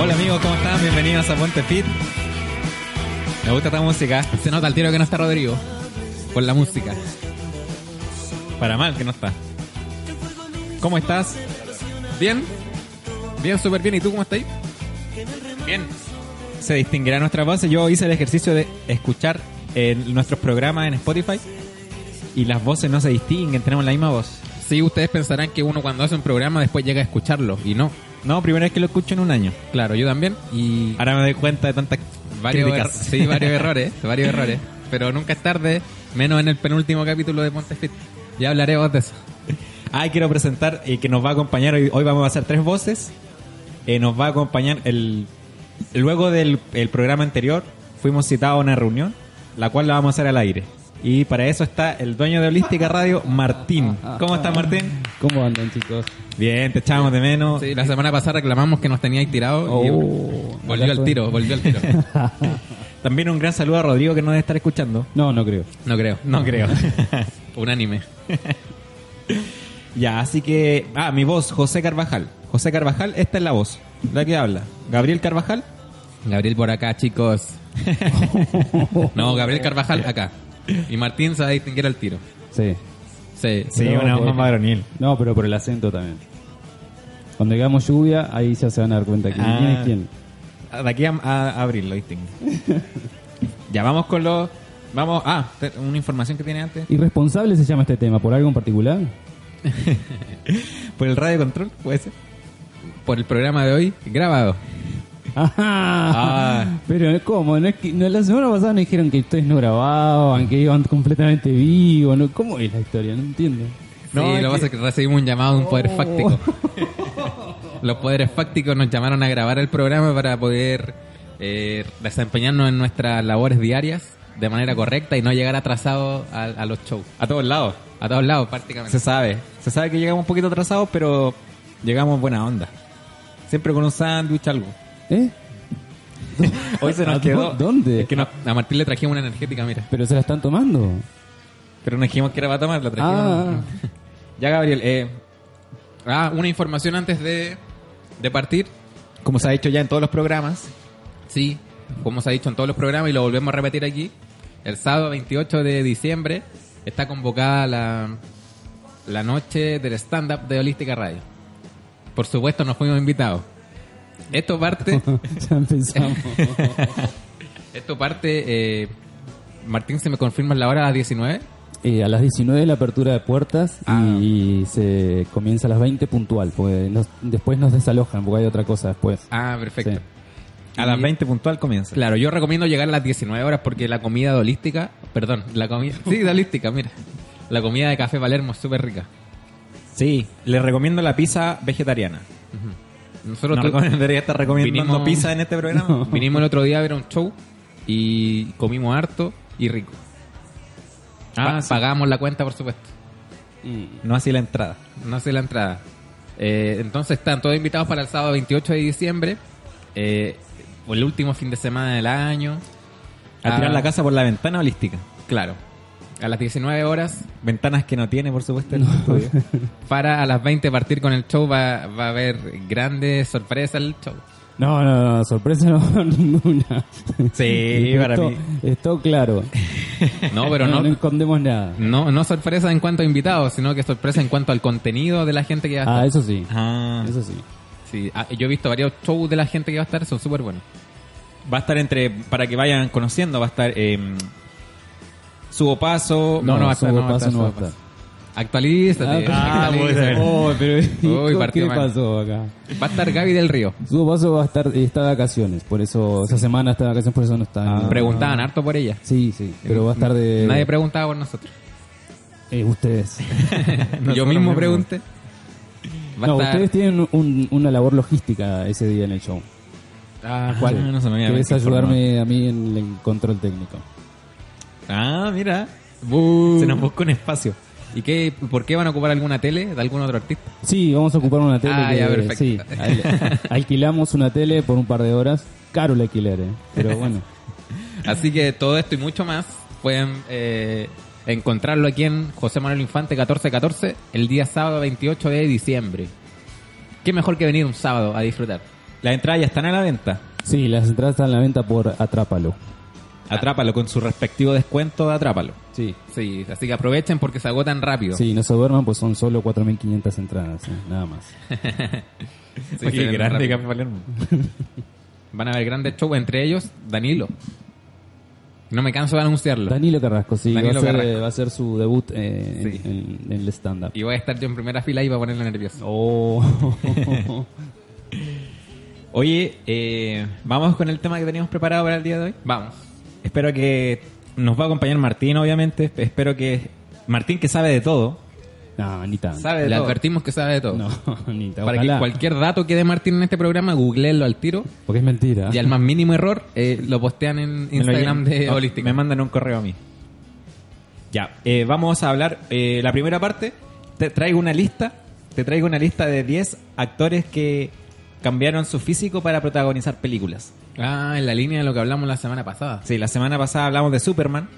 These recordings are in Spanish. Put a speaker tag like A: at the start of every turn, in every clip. A: Hola amigos, ¿cómo están? Bienvenidos a Ponte Fit. Me gusta esta música. Se nota al tiro que no está Rodrigo. Por la música. Para mal que no está. ¿Cómo estás? ¿Bien? Bien, súper bien. ¿Y tú cómo estás? Bien. Se distinguirá nuestra voz. Yo hice el ejercicio de escuchar en nuestros programas en Spotify y las voces no se distinguen, tenemos la misma voz.
B: Sí, ustedes pensarán que uno cuando hace un programa después llega a escucharlo y no.
A: No, primera vez que lo escucho en un año.
B: Claro, yo también y
A: Ahora me doy cuenta de tantas
B: varios er-
A: críticas.
B: sí, varios errores, varios errores, pero nunca es tarde, menos en el penúltimo capítulo de Ponte Fit. Ya hablaremos de eso.
A: Ay, quiero presentar eh, que nos va a acompañar hoy. Hoy vamos a hacer tres voces. Eh, nos va a acompañar el. Luego del el programa anterior, fuimos citados a una reunión, la cual la vamos a hacer al aire. Y para eso está el dueño de Holística Radio, Martín. ¿Cómo estás, Martín?
C: ¿Cómo andan, chicos?
A: Bien, te echamos de menos.
B: Sí, la semana pasada reclamamos que nos teníais tirado y
C: Oh.
B: volvió al tiro, volvió al tiro.
A: También un gran saludo a Rodrigo que nos debe estar escuchando.
C: No, no creo.
B: No creo,
A: No creo.
B: Unánime.
A: ya, así que. Ah, mi voz, José Carvajal. José Carvajal, esta es la voz, la que habla. Gabriel Carvajal,
B: Gabriel por acá, chicos. No, Gabriel Carvajal acá. Y Martín se va a distinguir al tiro.
C: Sí.
B: Sí,
A: sí,
C: No,
A: una
C: por-
A: voz más varonil.
C: No, pero por el acento también. Cuando digamos lluvia, ahí ya se van a dar cuenta quién
A: Ah.
C: quién es quién.
A: De aquí a, a- a abril lo distingo. ya vamos con los. Vamos. Ah, te- una información que tiene antes.
C: ¿Irresponsable se llama este tema? ¿Por algo en particular?
A: Por el radio control, puede ser.
B: por el programa de hoy grabado.
C: ¡Ajá!
A: Ah.
C: Pero ¿cómo? No es que, no, la semana pasada nos dijeron que ustedes no grababan, que iban completamente vivos. ¿no? ¿Cómo es la historia? No entiendo.
A: No,
B: sí,
A: es
B: lo que
A: que-
B: pasa es que recibimos un llamado de un poder fáctico. Los poderes fácticos nos llamaron a grabar el programa para poder eh, desempeñarnos en nuestras labores diarias de manera correcta y no llegar atrasado a, a los shows.
A: A todos lados.
B: A todos lados, prácticamente.
A: Se sabe. Se sabe que llegamos un poquito atrasados, pero llegamos buena onda. Siempre con un sándwich, algo.
C: ¿Eh?
A: Hoy se nos
C: ¿A
A: quedó.
C: dó- ¿Dónde?
A: Es que no-
B: A Martín le trajimos una energética, mira.
C: ¿Pero se la están tomando?
A: pero nos dijimos que era para tomar, la trajimos.
C: Ah.
A: Ya, Gabriel, eh,
B: Ah, una información antes de, de partir.
A: como se ha hecho ya en todos los programas,
B: Sí, como se ha dicho en todos los programas y lo volvemos a repetir aquí, el sábado 28 de diciembre está convocada la, la noche del stand-up de Holística Radio. Por supuesto, nos fuimos invitados. Esto parte,
C: ya empezamos.
B: esto parte eh, Martín, ¿se me confirma la hora a las 19?
C: Eh, a las 19 la apertura de puertas
B: Ah.
C: y se comienza a las 20 puntual, porque nos- después nos desalojan, porque hay otra cosa después.
B: Ah, perfecto.
C: Sí.
A: a
B: Y-
A: las 20 puntual comienza.
B: Claro, yo recomiendo llegar a las 19 horas porque la comida de holística, perdón, la comida, sí, de holística, mira, la comida de Café Palermo es súper rica.
A: Sí, les recomiendo la pizza vegetariana.
B: Nosotros
A: no
B: tu-
A: recomendaría estar recomendando
B: vinimos-
A: pizza en este programa.
B: Vinimos el otro día a ver un show y comimos harto y rico.
A: Ah,
B: Pa-
A: sí.
B: Pagamos la cuenta, por supuesto.
A: No así la entrada.
B: No sé la entrada. Eh, entonces están todos invitados para el sábado 28 de diciembre, eh, el último fin de semana del año.
A: A tirar
B: Ah.
A: la casa por la ventana holística.
B: Claro. A las 19 horas
A: Ventanas que no tiene, por supuesto, el estudio.
B: para a las 20 partir con el show. Va, va a haber grandes sorpresas el show.
C: No, no, no, sorpresa no va a haber ninguna.
A: Sí, para
C: Esto-
A: mí.
C: Esto claro.
B: No, pero
C: no,
B: no,
C: escondemos nada.
B: no, no sorpresa en cuanto a invitados, sino que sorpresa en cuanto al contenido de la gente que va a estar.
C: Ah, eso sí.
A: Ah.
C: Eso sí.
B: Sí, ah, yo he visto varios shows de la gente que va a estar, son súper buenos.
A: Va a estar entre. Para que vayan conociendo, va a estar. Eh, Subo Paso.
B: No, no va a estar,
C: Subo
B: no va a
C: Paso
B: estar,
C: no va a
B: Subo
C: estar.
B: Actualízate.
A: Ah,
B: actualízate.
C: Oh, pero
B: Uy,
C: ¿qué-
B: partió
C: ¿qué
B: mal.
C: pasó acá?
B: Va a estar Gaby del Río.
C: Su paso va a estar, está de vacaciones, por eso, esa semana está de vacaciones, por eso no está.
A: Ah.
C: en-
B: Ah. Preguntaban harto por ella.
C: Sí, sí, pero va a estar
A: Eh.
C: de...
B: Nadie preguntaba por nosotros.
C: eh, ustedes.
B: Yo mismo pregunté. Va a
C: No,
B: estar-
C: ustedes tienen un- una labor logística ese día en el show.
A: Ah, ¿cuál? No se me había
C: que es
A: informado.
C: ayudarme a mí en el control técnico.
A: Ah, mira.
B: Bu-
A: Se nos busca un espacio.
B: ¿Y qué, por qué van a ocupar alguna tele de algún otro artista?
C: Sí, vamos a ocupar una tele.
B: Ah,
C: que-
B: ya, perfecto.
C: sí, al- alquilamos una tele por un par de horas. Caro el alquiler, eh, pero bueno.
B: Así que todo esto y mucho más pueden eh, encontrarlo aquí en José Manuel Infante 1414 el día sábado 28 de diciembre. Qué mejor que venir un sábado a disfrutar.
A: Las entradas ya están a la venta.
C: Sí, las entradas están a la venta por Atrápalo.
A: Atrápalo con su respectivo descuento de Atrápalo.
C: Sí.
B: Sí, así que aprovechen porque se agotan rápido.
C: Sí, no se duerman, pues son solo 4.500 entradas, eh, nada más.
B: Sí, se
A: Oye,
B: venden rápido.
A: Café Palermo.
B: Van a haber grandes shows, entre ellos Danilo. No me canso de anunciarlo.
C: Danilo Carrasco, sí,
B: Danilo
C: va, a ser,
B: Carrasco.
C: eh, va a ser su debut eh, en-
B: Sí.
C: en, en el stand-up.
B: Y voy a estar yo en primera fila y va a ponerlo nervioso.
C: Oh.
A: Oye, eh, vamos con el tema que teníamos preparado para el día de hoy.
B: Vamos.
A: Espero que nos va a acompañar Martín, obviamente. Espero que Martín, que sabe de todo.
C: no, ni tanto.
A: Sabe de
B: Le
A: todo.
B: advertimos que sabe de todo.
C: No, ni tanto.
B: Para que
C: Ojalá,
B: cualquier dato que dé Martín en este programa, googleenlo al tiro.
C: Porque es mentira.
B: Y al más mínimo error, eh, lo postean en
A: Ah. Me lo
B: Instagram
A: llenan.
B: de
A: No,
B: Holística.
A: Me mandan un correo a mí. Ya, eh, vamos a hablar. eh, la primera parte, te traigo una lista. Te traigo una lista de 10 actores que cambiaron su físico para protagonizar películas.
B: Ah, en la línea de lo que hablamos la semana pasada.
A: Sí, la semana pasada hablamos de Superman.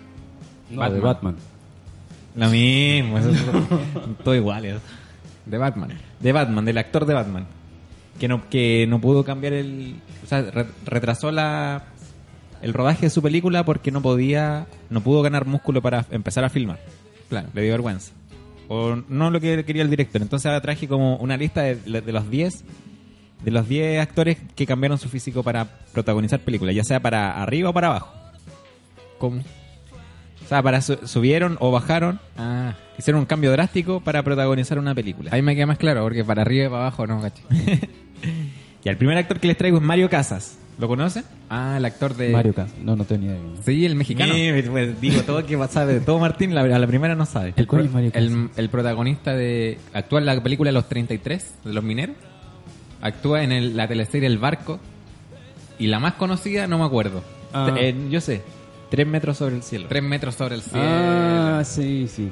C: No, de Batman.
A: Lo mismo, eso es todo igual. eso.
B: De Batman.
A: De Batman, del actor de Batman. Que no, que no pudo cambiar el. O sea, re- retrasó la, el rodaje de su película porque no podía. No pudo ganar músculo para empezar a filmar.
B: Claro.
A: Le dio vergüenza. O no lo que quería el director. Entonces ahora traje como una lista de, de los 10. De los 10 actores que cambiaron su físico para protagonizar películas, ya sea para arriba o para abajo.
B: ¿Cómo?
A: O sea, para su- subieron o bajaron,
B: Ah,
A: hicieron un cambio drástico para protagonizar una película.
B: ahí me queda más claro, porque para arriba y para abajo no, caché.
A: Y el primer actor que les traigo es Mario Casas. ¿Lo conocen?
B: Ah, el actor de...
C: Mario Casas. No, no tengo ni idea.
B: Sí, el mexicano.
A: Eh, pues, digo, todo que sabe de todo Martín, la- a la primera no sabe.
C: ¿El cuál es Mario Casas?
B: El, el protagonista de... Actúa en la película Los 33, de los mineros. Actúa en el- la teleserie El Barco. Y la más conocida, no me acuerdo.
C: Ah.
A: Eh, yo sé, tres metros sobre el cielo.
B: Tres metros sobre el cielo.
C: Ah, sí, sí.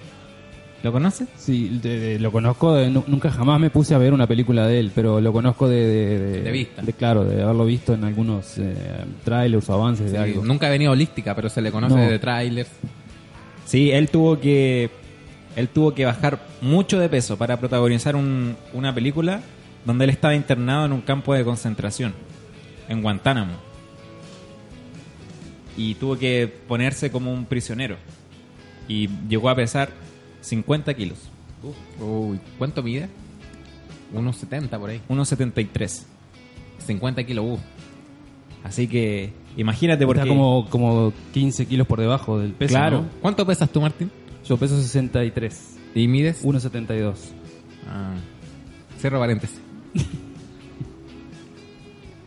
A: ¿Lo conoces?
C: Sí, de- de- lo conozco, de- nu- nunca jamás me puse a ver una película de él, pero lo conozco de... De,
B: De vista.
C: claro, de haberlo visto en algunos eh, trailers o avances
B: Sí,
C: de algo.
B: nunca ha venido holística, pero se le conoce
C: No.
B: de trailers.
A: Sí, él tuvo que él tuvo que bajar mucho de peso para protagonizar un- una película donde él estaba internado en un campo de concentración en Guantánamo y tuvo que ponerse como un prisionero y llegó a pesar 50 kilos,
B: Uy, ¿cuánto mide? Unos 70 por ahí.
A: 1.73.
B: 50 kilos, uh.
A: Así que imagínate porque
C: Está como, como 15 kilos por debajo del peso,
A: Claro.
C: ¿no?
B: ¿Cuánto pesas tú, Martín?
C: Yo peso 63,
B: ¿Y mides?
C: 1,72.
B: Ah. Cierro paréntesis.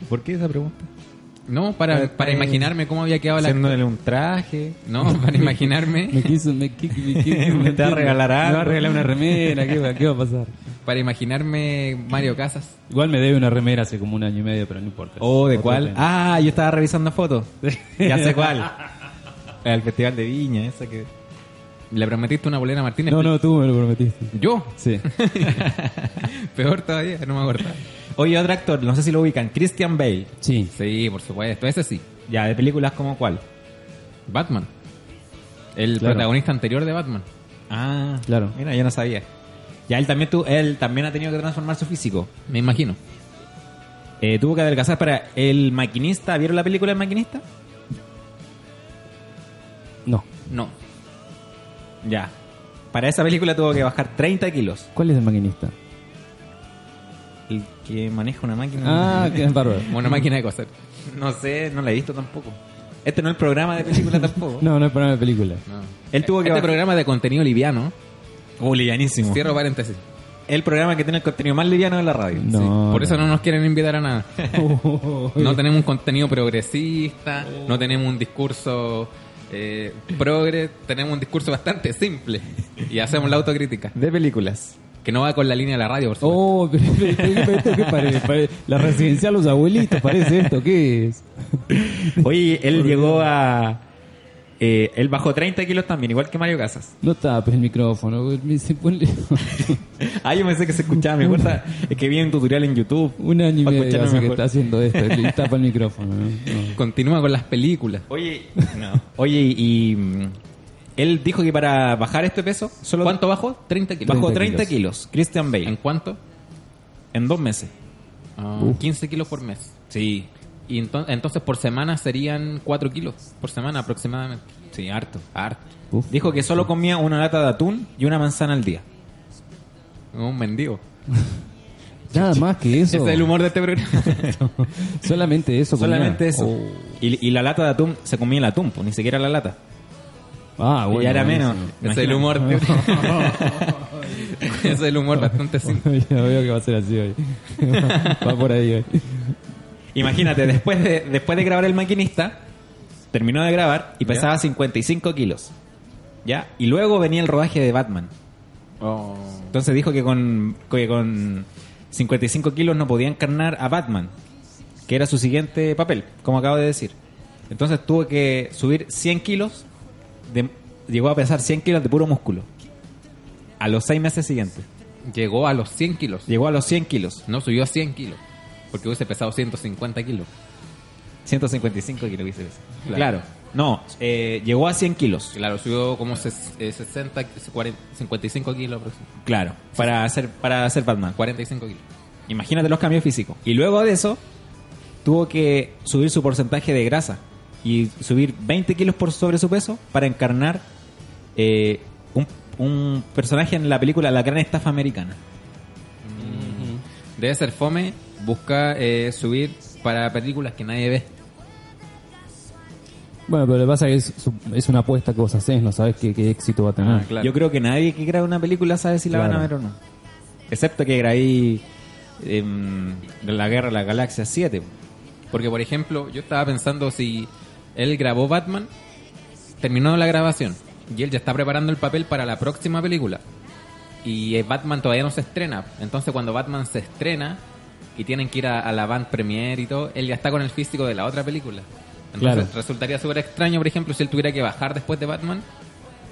A: ¿Por qué esa pregunta?
B: No,
C: Eh,
B: para, para imaginarme cómo había quedado la...
A: Haciéndole un traje.
B: No, para imaginarme,
C: Me quiso, me, qui- me
A: Me te
C: quiso-
A: va a
C: entiendo.
A: regalar
C: Me va
A: algo.
C: a regalar una remera, ¿qué va, qué va a pasar?
B: para imaginarme Mario Casas.
C: Igual me debe una remera hace como un año y medio, pero no importa.
A: ¿O de
C: Otro
A: cuál?
C: tema.
A: Ah, yo estaba revisando fotos. ya sé cuál. El Festival de Viña, esa que...
B: Le prometiste una bolera a Martín.
C: No, no, tú me lo prometiste.
B: Yo,
C: Sí.
B: peor todavía, no me acuerdo.
A: Oye, otro actor, no sé si lo ubican, Christian Bale.
C: Sí.
B: Sí, por supuesto, ese sí.
A: Ya, de películas como cuál.
B: Batman. El
C: Claro.
B: protagonista anterior de Batman.
A: Ah,
C: Claro.
A: Mira, yo no sabía. Ya, él también, tu- él también ha tenido que transformar su físico.
B: Me imagino.
A: Eh, tuvo que adelgazar para El Maquinista. ¿Vieron la película El Maquinista?
C: No.
B: No.
A: Ya. Para esa película tuvo que bajar 30 kilos.
C: ¿Cuál es el maquinista?
A: El que maneja una máquina.
C: Ah, que es bárbaro.
B: Una máquina de coser.
A: No sé, no la he visto tampoco. Este no es el programa de película tampoco.
C: No, no es para una película.
B: No.
A: Él tuvo que
B: Este
A: bajar-
B: programa de contenido liviano
A: Oh, livianísimo.
B: Cierro paréntesis.
A: El programa que tiene el contenido más liviano de la radio.
C: No.
B: Por eso no nos quieren invitar a nada. No tenemos un contenido progresista, no tenemos un discurso eh, progre, tenemos un discurso bastante simple y hacemos la autocrítica,
A: De películas.
B: que no va con la línea de la radio, por supuesto.
C: Oh, pero, pero, pero, pero esto qué parece, Pare- la residencia de los abuelitos parece esto, ¿qué es?
A: Oye, él llegó a. eh, él bajó 30 kilos también, igual que Mario Casas.
C: No tapes el micrófono, güey, me dice, ponle
A: Ah, yo pensé que se escuchaba mejor. ta- Es que vi un tutorial en YouTube.
C: un año y
A: para
C: medio
A: escucharme
C: hace que
A: mejor.
C: está haciendo esto, y tapa el micrófono. ¿no? No.
B: Continúa con las películas.
A: Oye, no. Oye, y. mm, Él dijo que para bajar este peso, solo
B: ¿Cuánto bajó? 30 kilos.
A: bajó
C: 30
A: 30 kilos. Christian
B: ¿En
A: Bale.
B: cuánto?
A: En dos meses.
B: Ah, 15 kilos por mes.
A: Sí.
B: Y enton- entonces por semana serían 4 kilos por semana aproximadamente. Sí, harto. Harto.
C: Uf.
A: Dijo que solo comía una lata de atún y una manzana al día.
B: Un mendigo.
C: Nada más que eso.
A: Oh.
B: Ese es el humor de este programa.
C: Solamente eso. comía.
A: Solamente eso.
C: Oh.
A: Y, y la lata de atún se comía el atún, pues, ni siquiera la lata.
C: Ah, bueno.
A: y ya era
C: buenísimo.
A: menos.
B: Ese es el
A: Imagínate.
B: humor. de- Ese es el humor bastante simple.
C: ya veo que va a ser así hoy. va por ahí hoy.
A: Imagínate, después de, después de grabar El Maquinista, terminó de grabar y pesaba 55 kilos. ¿Ya? Y luego venía el rodaje de Batman. Entonces dijo que con, que con 55 kilos no podía encarnar a Batman, que era su siguiente papel, como acabo de decir. Entonces tuvo que subir 100 kilos, de- llegó a pesar 100 kilos de puro músculo. A los seis meses siguientes.
B: Llegó a los 100 kilos.
A: Llegó a los 100 kilos.
B: No subió a 100 kilos. Porque hubiese pesado 150 kilos.
A: 155 kilos, dice. Claro. No, eh, llegó a 100 kilos.
B: Claro, subió como ses- eh, 60, 40, 55 kilos aproximadamente.
A: Claro, para hacer para hacer Batman.
B: 45 kilos.
A: Imagínate los cambios físicos. Y luego de eso, tuvo que subir su porcentaje de grasa y subir 20 kilos por sobre su peso para encarnar eh, un, un personaje en la película La Gran Estafa Americana.
B: Debe ser fome buscar eh, subir para películas que nadie ve.
C: Bueno, pero lo que pasa es que es, es una apuesta que vos hacés, no sabes qué, qué éxito va a tener.
B: Ah, claro.
A: Yo creo que nadie que grabe una película sabe si la van a ver
C: Claro.
A: o no. Excepto que grabé em, La Guerra de la Galaxia 7.
B: Porque, por ejemplo, yo estaba pensando si él grabó Batman, terminó la grabación y él ya está preparando el papel para la próxima película. Y eh, Batman todavía no se estrena. Entonces, cuando Batman se estrena y tienen que ir a, a la van premiere y todo, él ya está con el físico de la otra película. Entonces,
C: Claro.
B: resultaría súper extraño, por ejemplo, si él tuviera que bajar después de Batman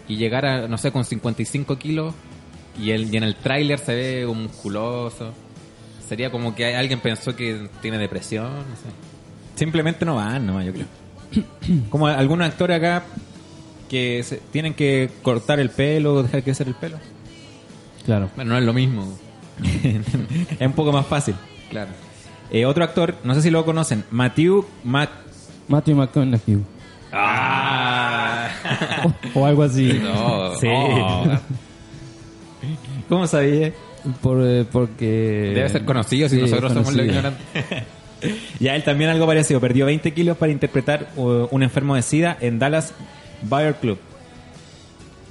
B: y llegar a, no sé, con 55 kilos y, él, y en el tráiler se ve un musculoso. Sería como que alguien pensó que tiene depresión, no sé.
A: Simplemente no van, no, yo creo. Como algunos actores acá que se- tienen que cortar el pelo, dejar crecer el pelo.
C: Claro.
B: Bueno, no es lo mismo,
A: es un poco más fácil.
B: claro.
A: Eh, otro actor, no sé si lo conocen, Matthew Mac...
C: Matthew McConaughey.
A: Ah.
C: O, o algo así.
B: No,
A: Sí.
B: oh.
A: ¿Cómo sabía?
C: Por, eh, porque...
B: Debe ser conocido si
C: Sí,
B: nosotros somos los
C: conocido.
B: ignorantes.
A: Ya él también algo parecido, perdió 20 kilos para interpretar uh, un enfermo de SIDA en Dallas Buyer Club.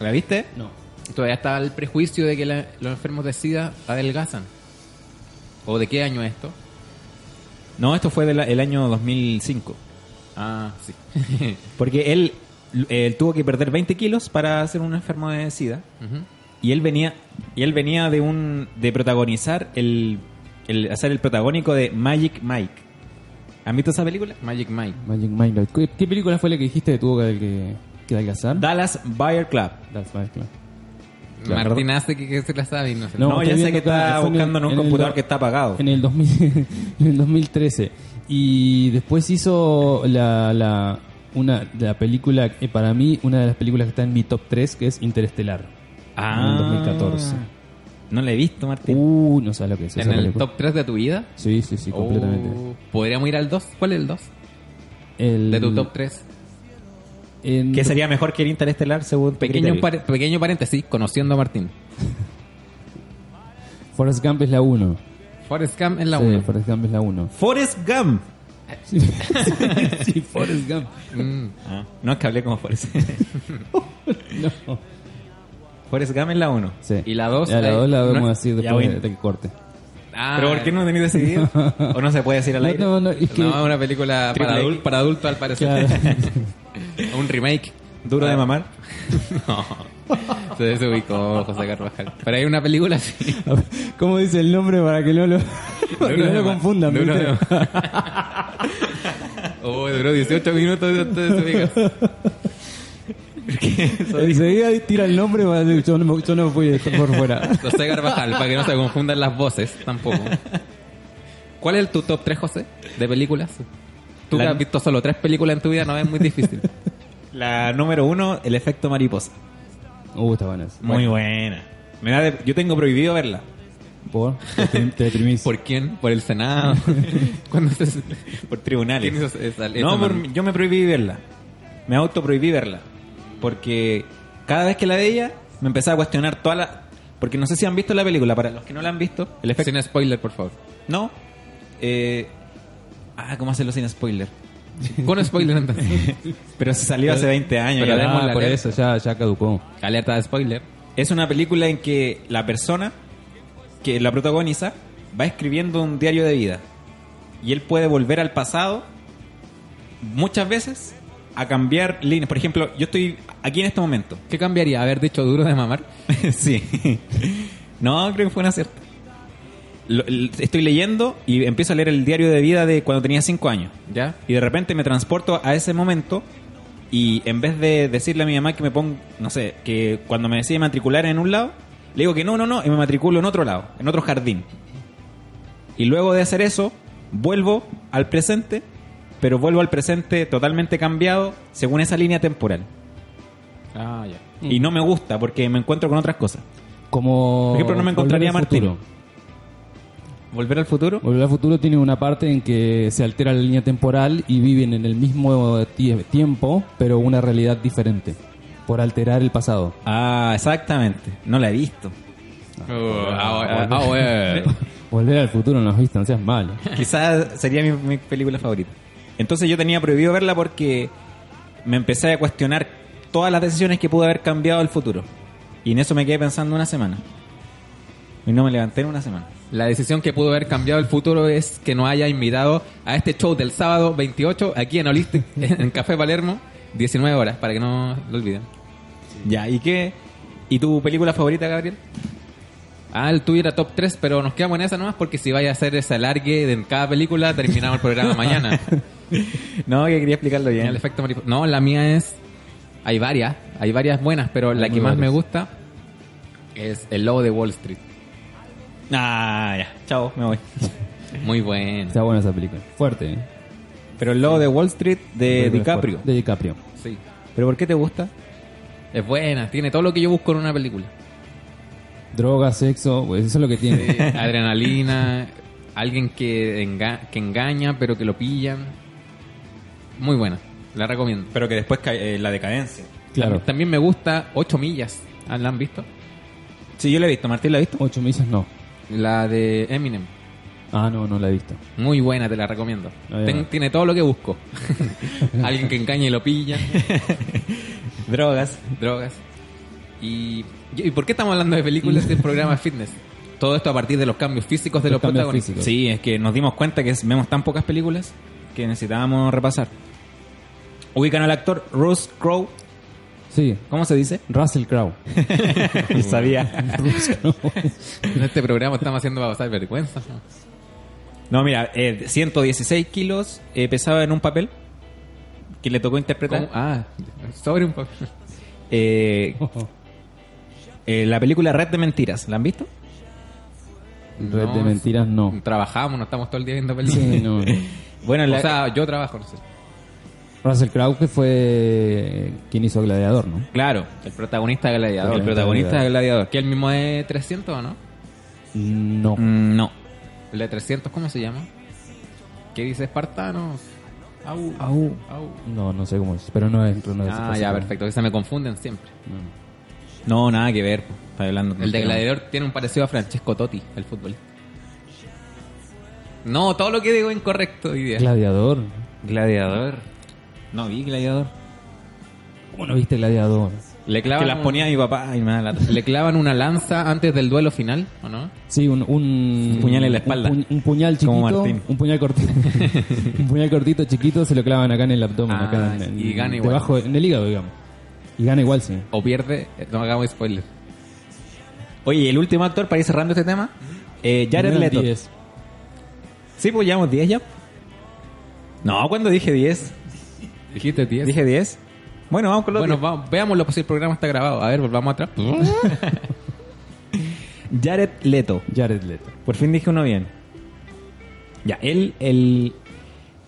A: ¿La viste?
C: No.
B: Todavía está el prejuicio de que la- los enfermos de SIDA adelgazan. ¿O de qué año es esto?
A: No, esto fue del el año 2005.
B: Ah, sí.
A: Porque él, eh, él tuvo que perder 20 kilos para ser un enfermo de SIDA.
B: Ujú.
A: Y él venía, y él venía de un de protagonizar el, el hacer el protagónico de Magic Mike. ¿Han visto esa película?
B: Magic Mike.
C: Magic Mike. ¿Qué, qué película fue la que dijiste que tuvo que, que, que adelgazar?
A: Dallas Buyer Club.
C: That's right, claro.
A: Claro.
B: Martín hace que, que se la sabe y no se
A: No,
B: la-
C: estoy
A: ya sé
C: viendo
A: que
C: acá,
A: está
C: fue el-
A: buscando en un
C: el
A: computador
C: do-
A: que está apagado.
C: En el, 2000, en el 2013. Y después hizo la, la, una, la película, eh, para mí, una de las películas que está en mi top 3, que es Interestelar. En
B: Ah.
C: el 2014.
A: No la he visto, Martín.
C: Uh, no sabes lo que es
B: ¿En
C: esa
B: el
C: película.
B: top 3 de tu vida?
C: Sí, sí, sí, completamente.
B: Oh, ¿Podríamos ir al 2? ¿Cuál es el 2?
C: El-
B: De tu top 3.
C: en-
A: que sería mejor que el Interestelar según tu
B: Pequeño,
A: criterio?
B: pare- pequeño paréntesis, conociendo a Martín.
C: Forrest Gump es la 1.
B: Forrest Gump en la
C: Sí,
B: 1.
C: Forrest Gump es la 1.
A: Forrest Gump.
C: sí, Forrest Gump.
B: Ah.
A: No es que hablé como Forrest.
C: No.
A: Forrest Gump es la 1.
C: Sí.
B: Y la dos,
C: Ya La
B: eh,
C: 2 la
B: no-
C: vamos a decir
A: ya
C: después
A: voy.
C: de que corte.
B: Ah,
A: ¿Pero por qué no tenéis decidido? ¿O no se puede decir al
C: No,
A: aire?
C: no, no, es que-
B: No, es una película para,
A: Triple
B: adul-
A: X.
B: para adulto al parecer. Un remake.
A: Duro
C: Ah.
A: de mamar.
B: No. Se desubicó José Carvajal. Pero hay una película así.
C: ¿Cómo dice el nombre para que no lo, para que
B: Duro
C: no
B: de
C: lo
B: ma-
C: confundan?
B: duro
C: ¿viste?
B: de ma- Oh, duró 18 minutos y te desubicas.
C: Enseguida tira el nombre para decir, yo no, yo no fui esto por fuera.
B: José Carvajal, para que no se confundan las voces tampoco. ¿Cuál es tu top 3, José, de películas? Tú
A: La-
B: que has visto solo tres películas en tu vida, no es muy difícil.
A: La número 1, El efecto mariposa.
C: Uh, está buena. esa.
A: Muy buena. Me da de- Yo tengo prohibido verla.
C: ¿Por? Te, te deprimís.
B: ¿Por quién? ¿Por el Senado? ¿Cuándo se...
A: Por
B: ¿Quién hizo
A: tribunales.
B: esa- esa
A: No, por-
B: norma?
A: yo me prohibí verla. Me autoprohibí verla. Porque cada vez que la veía, me empezaba a cuestionar toda la... Porque no sé si han visto la película. Para los que no la han visto, el efecto...
B: Sin spoiler, por favor.
A: No. Eh... Ah, ¿cómo hacerlo sin spoiler?
B: Con spoiler entonces.
A: Pero se salió hace 20 años.
B: Pero
A: ya
B: demos
C: Ah,
B: la
C: por
B: letra.
C: eso, ya, ya caducó.
B: Alerta de spoiler.
A: Es una película en que la persona que la protagoniza va escribiendo un diario de vida. Y él puede volver al pasado muchas veces a cambiar líneas. Por ejemplo, yo estoy aquí en este momento.
B: ¿Qué cambiaría? Haber dicho duro de mamar.
A: sí. No, creo que fue una cierta. Estoy leyendo y empiezo a leer el diario de vida de cuando tenía 5 años.
B: ¿Ya?
A: Y de repente me transporto a ese momento y en vez de decirle a mi mamá que me ponga, no sé, que cuando me decide matricular en un lado, le digo que no, no, no, y me matriculo en otro lado, en otro jardín. Y luego de hacer eso, vuelvo al presente, pero vuelvo al presente totalmente cambiado según esa línea temporal.
B: Ah, ya.
A: Y no me gusta porque me encuentro con otras cosas.
C: Como.
A: Por ejemplo, no me encontraría
C: Volver al
A: Martín.
C: futuro.
A: Volver al futuro.
C: Volver al futuro tiene una parte en que se altera la línea temporal y viven en el mismo tie- tiempo, pero una realidad diferente. Por alterar el pasado.
A: Ah, exactamente. No la he visto.
B: ah, ah, bueno.
C: Volver al futuro no visto, no seas malo.
A: Quizás sería mi, mi película favorita. Entonces yo tenía prohibido verla porque me empecé a cuestionar todas las decisiones que pude haber cambiado al futuro. Y en eso me quedé pensando una semana. Y no me levanté en una semana.
B: La decisión que pudo haber cambiado el futuro es que no haya invitado a este show del sábado 28 aquí en Oliste, en Café Palermo, 19 horas, para que no lo olviden.
A: Ya, ¿y qué? ¿Y tu película favorita, Gabriel?
B: Ah, el tuyo era top 3, pero nos quedamos en esa nomás porque si vaya a hacer ese alargue de en cada película, terminamos el programa mañana.
A: No, que quería explicarlo
B: Tenía el
A: bien.
B: efecto mariposa. No, la mía es. Hay varias, hay varias buenas, pero la
C: Hay
B: que
C: muy
B: más
C: varias.
B: me gusta es El Lobo de Wall Street.
A: Ah, ya. Chao, me voy.
B: Muy buena.
C: Está buena esa película. Fuerte, ¿eh?
A: Pero el logo de Wall Street de
C: Película
A: DiCaprio.
C: fuerte. De DiCaprio.
B: Sí.
A: ¿Pero por qué te gusta?
B: Es buena, tiene todo lo que yo busco en una película.
C: Droga, sexo, pues eso es lo que tiene.
B: Eh, Adrenalina, alguien que, enga- que engaña, pero que lo pillan. Muy buena, la recomiendo.
A: Pero que después cae, eh, la decadencia.
C: Claro.
B: También me gusta 8 millas. Ah, ¿La han visto?
A: Sí, yo la he visto. ¿Martín la ha visto?
C: Ocho millas no.
B: La de Eminem.
C: Ah, no, no la he visto.
B: Muy buena, te la recomiendo.
C: Ah, ya.
B: Ten- tiene todo lo que busco. alguien que engaña y lo pilla.
A: Drogas.
B: drogas. Y, ¿Y por qué estamos hablando de películas del programa de fitness? Todo esto a partir de los cambios físicos de
C: Los
B: los,
C: cambios
B: protagonistas.
C: físicos.
A: Sí, es que nos dimos cuenta que vemos tan pocas películas que necesitábamos repasar. Ubican al actor Russ Crowe.
C: Sí.
A: ¿Cómo se dice?
C: Russell Crowe.
A: Sabía.
B: En este programa estamos haciendo para pasar vergüenza.
A: No, mira, eh, 116 kilos eh, pesaba en un papel que le tocó
B: ¿Cómo?
A: interpretar.
B: Ah, sobre un papel.
A: Eh, eh, la película Red de Mentiras, ¿la han visto?
C: Red
B: No,
C: de mentiras no.
B: Trabajamos, no estamos todo el día viendo
C: Sí,
B: películas.
C: no.
A: Bueno, la-
B: O sea, yo trabajo, no sé.
C: Russell Crowe que fue quien hizo Gladiador, ¿no?
A: claro,
B: El protagonista de Gladiador.
A: el protagonista de Gladiador.
B: Que el mismo de 300, ¿o no?
C: No.
A: Mm, No.
B: El de 300, ¿cómo se llama? ¿Qué dice Espartanos? Au,
C: Au.
B: au.
C: No, no sé cómo es. Pero no es. No es
B: Ah,
C: Russell
B: ya,
C: Crowe.
B: perfecto. Que se me confunden siempre.
A: No, nada que ver. po. Está hablando.
B: El de Gladiador tiene un parecido a Francesco Totti, el futbolista. No, todo lo que digo es incorrecto hoy día.
C: Gladiador.
A: Gladiador. No vi Gladiador.
C: ¿Cómo no viste Gladiador?
B: Le clavan,
A: que las
B: un-
A: ponía mi papá y me da lata.
B: le clavan una lanza antes del duelo final, ¿o no?
C: Sí, un, un-
A: Un puñal en la espalda.
C: Un, un puñal chiquito.
A: Como Martín.
C: Un puñal cortito. un puñal cortito, chiquito, se lo clavan acá en el abdomen.
B: Ah,
C: acá en, en-
B: y gana igual.
C: debajo, En el hígado, digamos. Y gana igual, sí.
B: O pierde, eh, no hagamos spoiler.
A: Oye, y el último actor, para ir cerrando este tema, eh, Jared
C: Eran
A: Leto.
C: 10.
A: Sí, pues llevamos 10 ya. No, cuando dije 10,
B: Dijiste 10.
A: dije 10. Bueno, vamos con los
B: bueno, vamos, veámoslo, pues si el programa está grabado. A ver, volvamos atrás.
A: 10. Jared Leto.
C: Jared Leto.
A: Por fin dije uno bien. Ya, él, él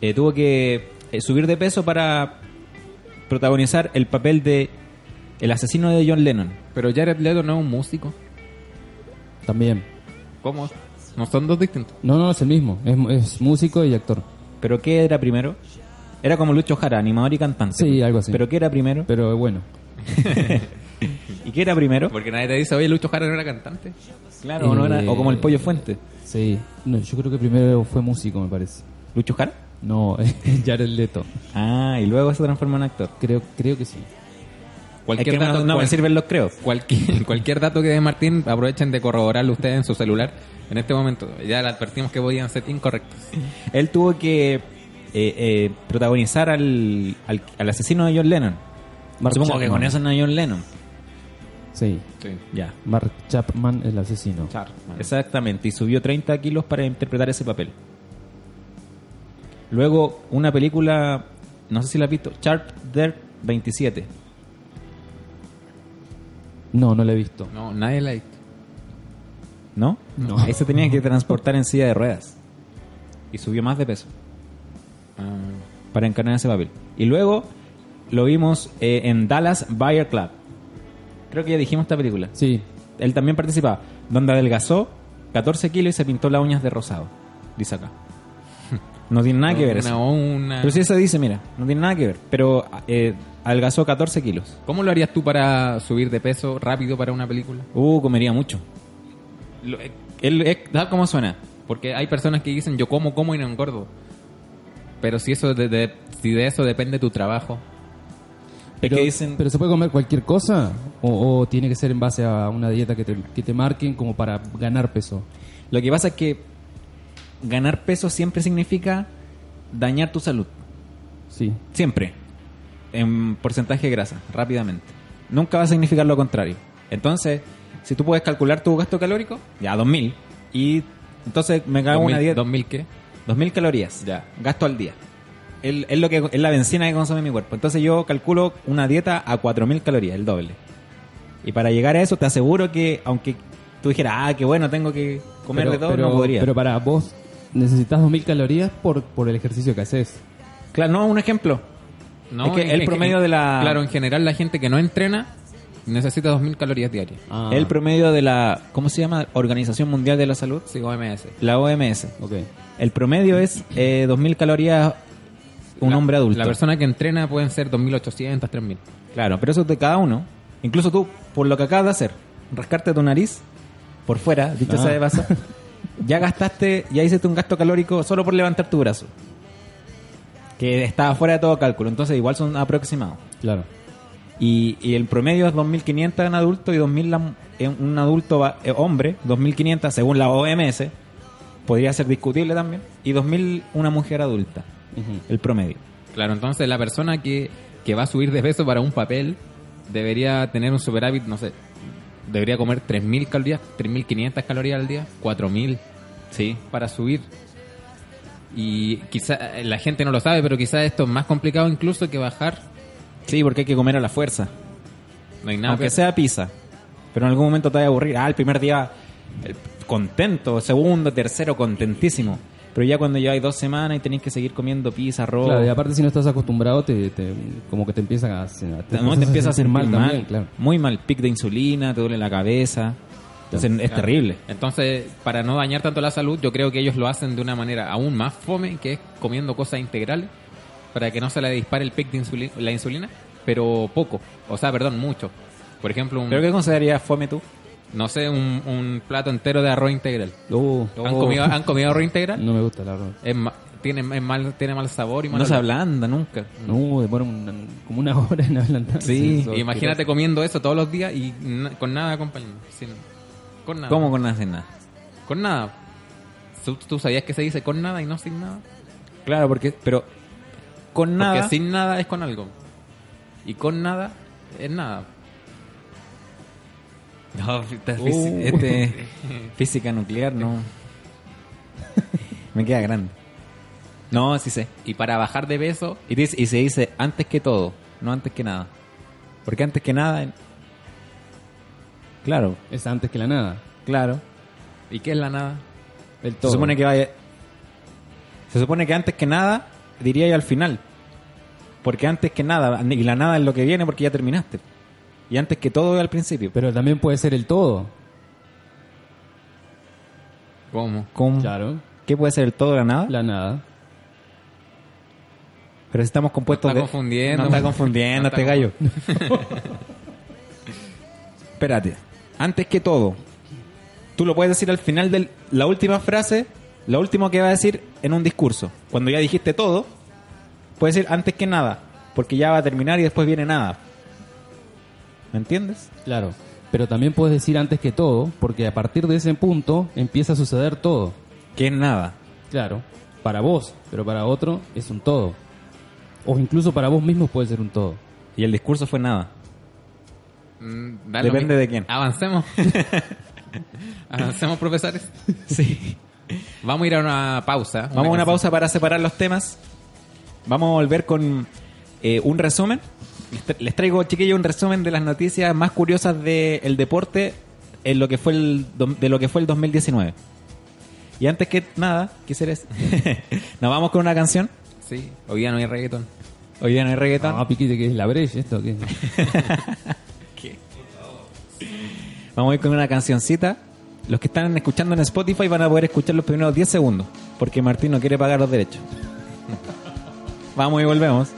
A: eh, tuvo que eh, subir de peso para protagonizar el papel de el asesino de John Lennon.
B: Pero Jared Leto no es un músico.
C: También.
B: ¿Cómo? No son dos distintos.
C: No, no, es el mismo. Es, es músico y actor.
A: ¿Pero qué era primero? Era como Lucho Jara, animador y cantante.
C: Sí, algo así.
A: ¿Pero qué era primero?
C: Pero es bueno.
A: ¿Y qué era primero?
B: Porque nadie te dice, oye, Lucho Jara no era cantante.
A: Pues, Claro, o, no era-
C: Eh,
A: o como el Pollo Fuente.
C: Sí. No, yo creo que primero fue músico, me parece.
A: ¿Lucho Jara?
C: No, Jared Leto.
A: Ah, y luego se transforma en actor.
C: Creo, creo que sí.
B: Cualquier
A: es que no-
B: dato,
A: no, me
B: cual-
A: sirven los creo.
B: cualquier, cualquier dato que dé Martín, aprovechen de corroborarlo ustedes en su celular. En este momento, ya le advertimos que podían ser incorrectos.
A: Él tuvo que eh, eh, protagonizar al, al, al asesino de John Lennon.
C: Mark
A: Supongo que
C: Chapman.
A: con eso no es John Lennon.
C: Sí.
A: Ya.
C: Mark Chapman, el asesino.
A: Exactamente, y subió 30 kilos para interpretar ese papel. Luego, una película, no sé si la has visto, Charter 27.
C: No, no lo he visto.
B: No, nadie la hizo.
A: ¿No?
C: No.
A: Ahí se tenía que transportar en silla de ruedas. Y subió más de peso. Ah, Para encarnar ese papel. Y luego lo vimos eh, en Dallas Buyer Club. Creo que ya dijimos esta película.
C: Sí.
A: Él también participaba. Donde adelgazó 14 kilos y se pintó las uñas de rosado. Dice acá. No tiene nada que ver
B: Una,
A: eso.
B: una-
A: Pero si eso dice, mira, no tiene nada que ver. Pero eh, adelgazó 14 kilos.
B: ¿Cómo lo harías tú para subir de peso rápido para una película?
A: Uh, comería mucho.
B: Lo- eh,
A: Él es tal como suena.
B: Porque hay personas que dicen, yo como, como y no engordo. Pero si, eso de, de- si de eso depende tu trabajo.
A: Es que dicen.
C: ¿Pero se puede comer cualquier cosa? ¿O, o tiene que ser en base a una dieta que te, que te marquen como para ganar peso?
A: Lo que pasa es que ganar peso siempre significa dañar tu salud.
C: Sí.
A: Siempre. En porcentaje de grasa, rápidamente. Nunca va a significar lo contrario. Entonces, si tú puedes calcular tu gasto calórico, ya 2000. Y entonces me cago en Ah, una
B: 2000,
A: dieta.
B: 2000 qué?
A: 2000 calorías. Ya. Gasto al día. Es, es lo que, es la benzina que consume mi cuerpo. Entonces yo calculo una dieta a 4000 calorías, el doble. Y para llegar a eso, te aseguro que, aunque tú dijeras, ah, qué bueno, tengo que comer de todo, no podría.
C: Pero para vos necesitas 2.000 calorías por, por el ejercicio que haces.
A: claro, no, un ejemplo.
B: No,
A: Es que el promedio de la-
B: Claro, en general la gente que no entrena necesita 2.000 calorías diarias.
C: Ah,
A: El promedio de la, ¿cómo se llama? Organización Mundial de la Salud,
B: Sí, OMS.
A: la OMS.
C: Ok.
A: El promedio es eh, 2000 calorías un
B: La-
A: hombre adulto.
B: La persona que entrena pueden ser 2.800, 3.000.
A: Claro, pero eso es de cada uno. Incluso tú, por lo que acabas de hacer, rascarte tu nariz por fuera, dicho
C: Ah.
A: sea de paso, ya gastaste, ya hiciste un gasto calórico solo por levantar tu brazo. Que estaba fuera de todo cálculo, entonces igual son aproximados.
C: Claro.
A: Y, y el promedio es 2.500 en adulto y 2.000 la- en un adulto va- eh, hombre, 2.500 según la OMS, podría ser discutible también, y 2.000 una mujer adulta, el promedio.
B: Claro, entonces la persona que, que va a subir de peso para un papel debería tener un superávit, no sé, debería comer 3.000 calorías, 3.500 calorías al día, 4.000, ¿sí? Para subir. Y quizá eh, la gente no lo sabe, pero quizá esto es más complicado incluso que bajar.
A: Sí, porque hay que comer a la fuerza.
B: No
C: Ah,
B: hay nada
A: aunque
B: que
A: sea pizza. Pero en algún momento te vas a aburrir. Ah, el primer día el- contento, segundo, tercero, contentísimo. Pero ya cuando lleváis dos semanas y tenéis que seguir comiendo pizza, arroz.
C: Claro, y aparte si no estás acostumbrado, te, te- como que te empiezan a...
A: de momento te empieza a hacer mal,
C: también, claro.
A: Muy mal, pic de insulina, te duele la cabeza. Entonces es terrible.
B: Entonces, para no dañar tanto la salud, yo creo que ellos lo hacen de una manera aún más fome, que es comiendo cosas integrales, para que no se le dispare el pic de insuli- la insulina, pero poco, o sea, perdón, mucho. Por ejemplo, un,
A: Mm. ¿Pero qué considerarías fome tú?
B: no sé, un, un plato entero de arroz integral.
A: Uh,
B: ¿Han, comido, ¿Han comido arroz integral?
C: No Oh, me gusta la verdad.
B: Es ma- tiene, es mal, tiene mal sabor y mal
A: No se
B: olor.
A: ablanda nunca.
C: No, demora un- como una hora en adelantar.
A: Sí,
B: Y imagínate comiendo eso todos los días y na- con nada acompañado. sin- con nada.
A: ¿Cómo con nada sin nada?
B: Con nada. ¿Tú, tú sabías que se dice con nada y no sin nada?
A: Claro, porque, pero con nada.
B: Porque sin nada es con algo. Y con nada es nada.
A: No, esta
B: Uh.
A: fisi- este, física nuclear no. Me queda grande. No, sí sé.
B: Y para bajar de peso,
A: Y, dice- y se dice antes que todo, no antes que nada. Porque antes que nada. Claro,
C: Es antes que la nada.
A: claro.
B: ¿y qué es la nada?
C: El todo.
A: Se supone que vaya. Se supone que antes que nada, diría yo al final. Porque antes que nada, y la nada es lo que viene porque ya terminaste. Y antes que todo es al principio.
C: Pero también puede ser el todo.
B: ¿Cómo?
A: ¿Cómo?
C: Claro.
A: ¿Qué puede ser el todo de la nada?
C: La nada.
A: Pero si estamos compuestos
B: Nos
A: de...
B: está confundiendo.
A: No está confundiendo
B: No está
A: este gallo. Espérate. Antes que todo, tú lo puedes decir al final de la última frase, lo último que va a decir en un discurso. Cuando ya dijiste todo, puedes decir antes que nada, porque ya va a terminar y después viene nada. ¿Me entiendes?
C: Claro. Pero también puedes decir antes que todo, porque a partir de ese punto empieza a suceder todo.
A: Que es nada.
C: Claro. Para vos, pero para otro es un todo. O incluso para vos mismo puede ser un todo.
A: Y el discurso fue nada.
B: Mm, da lo
A: Depende
B: mi-
A: de quién.
B: Avancemos. Avancemos, profesores.
A: Sí.
B: Vamos a ir a una pausa.
A: Vamos a una
B: canción.
A: pausa para separar los temas. Vamos a volver con eh, un resumen. Les, tra- les traigo, chiquillos, un resumen de las noticias más curiosas del deporte en lo que fue el, do- de lo que fue el 2019. Y antes que nada, ¿qué serás? Nos vamos con una canción.
B: Sí, hoy día no hay reggaetón.
A: Hoy día no hay reggaetón.
C: Ah, piquete, que es la brecha esto. ¿Qué?
A: Vamos a ir con una cancioncita. Los que están escuchando en Spotify van a poder escuchar los primeros 10 segundos, porque Martín no quiere pagar los derechos. Vamos y volvemos.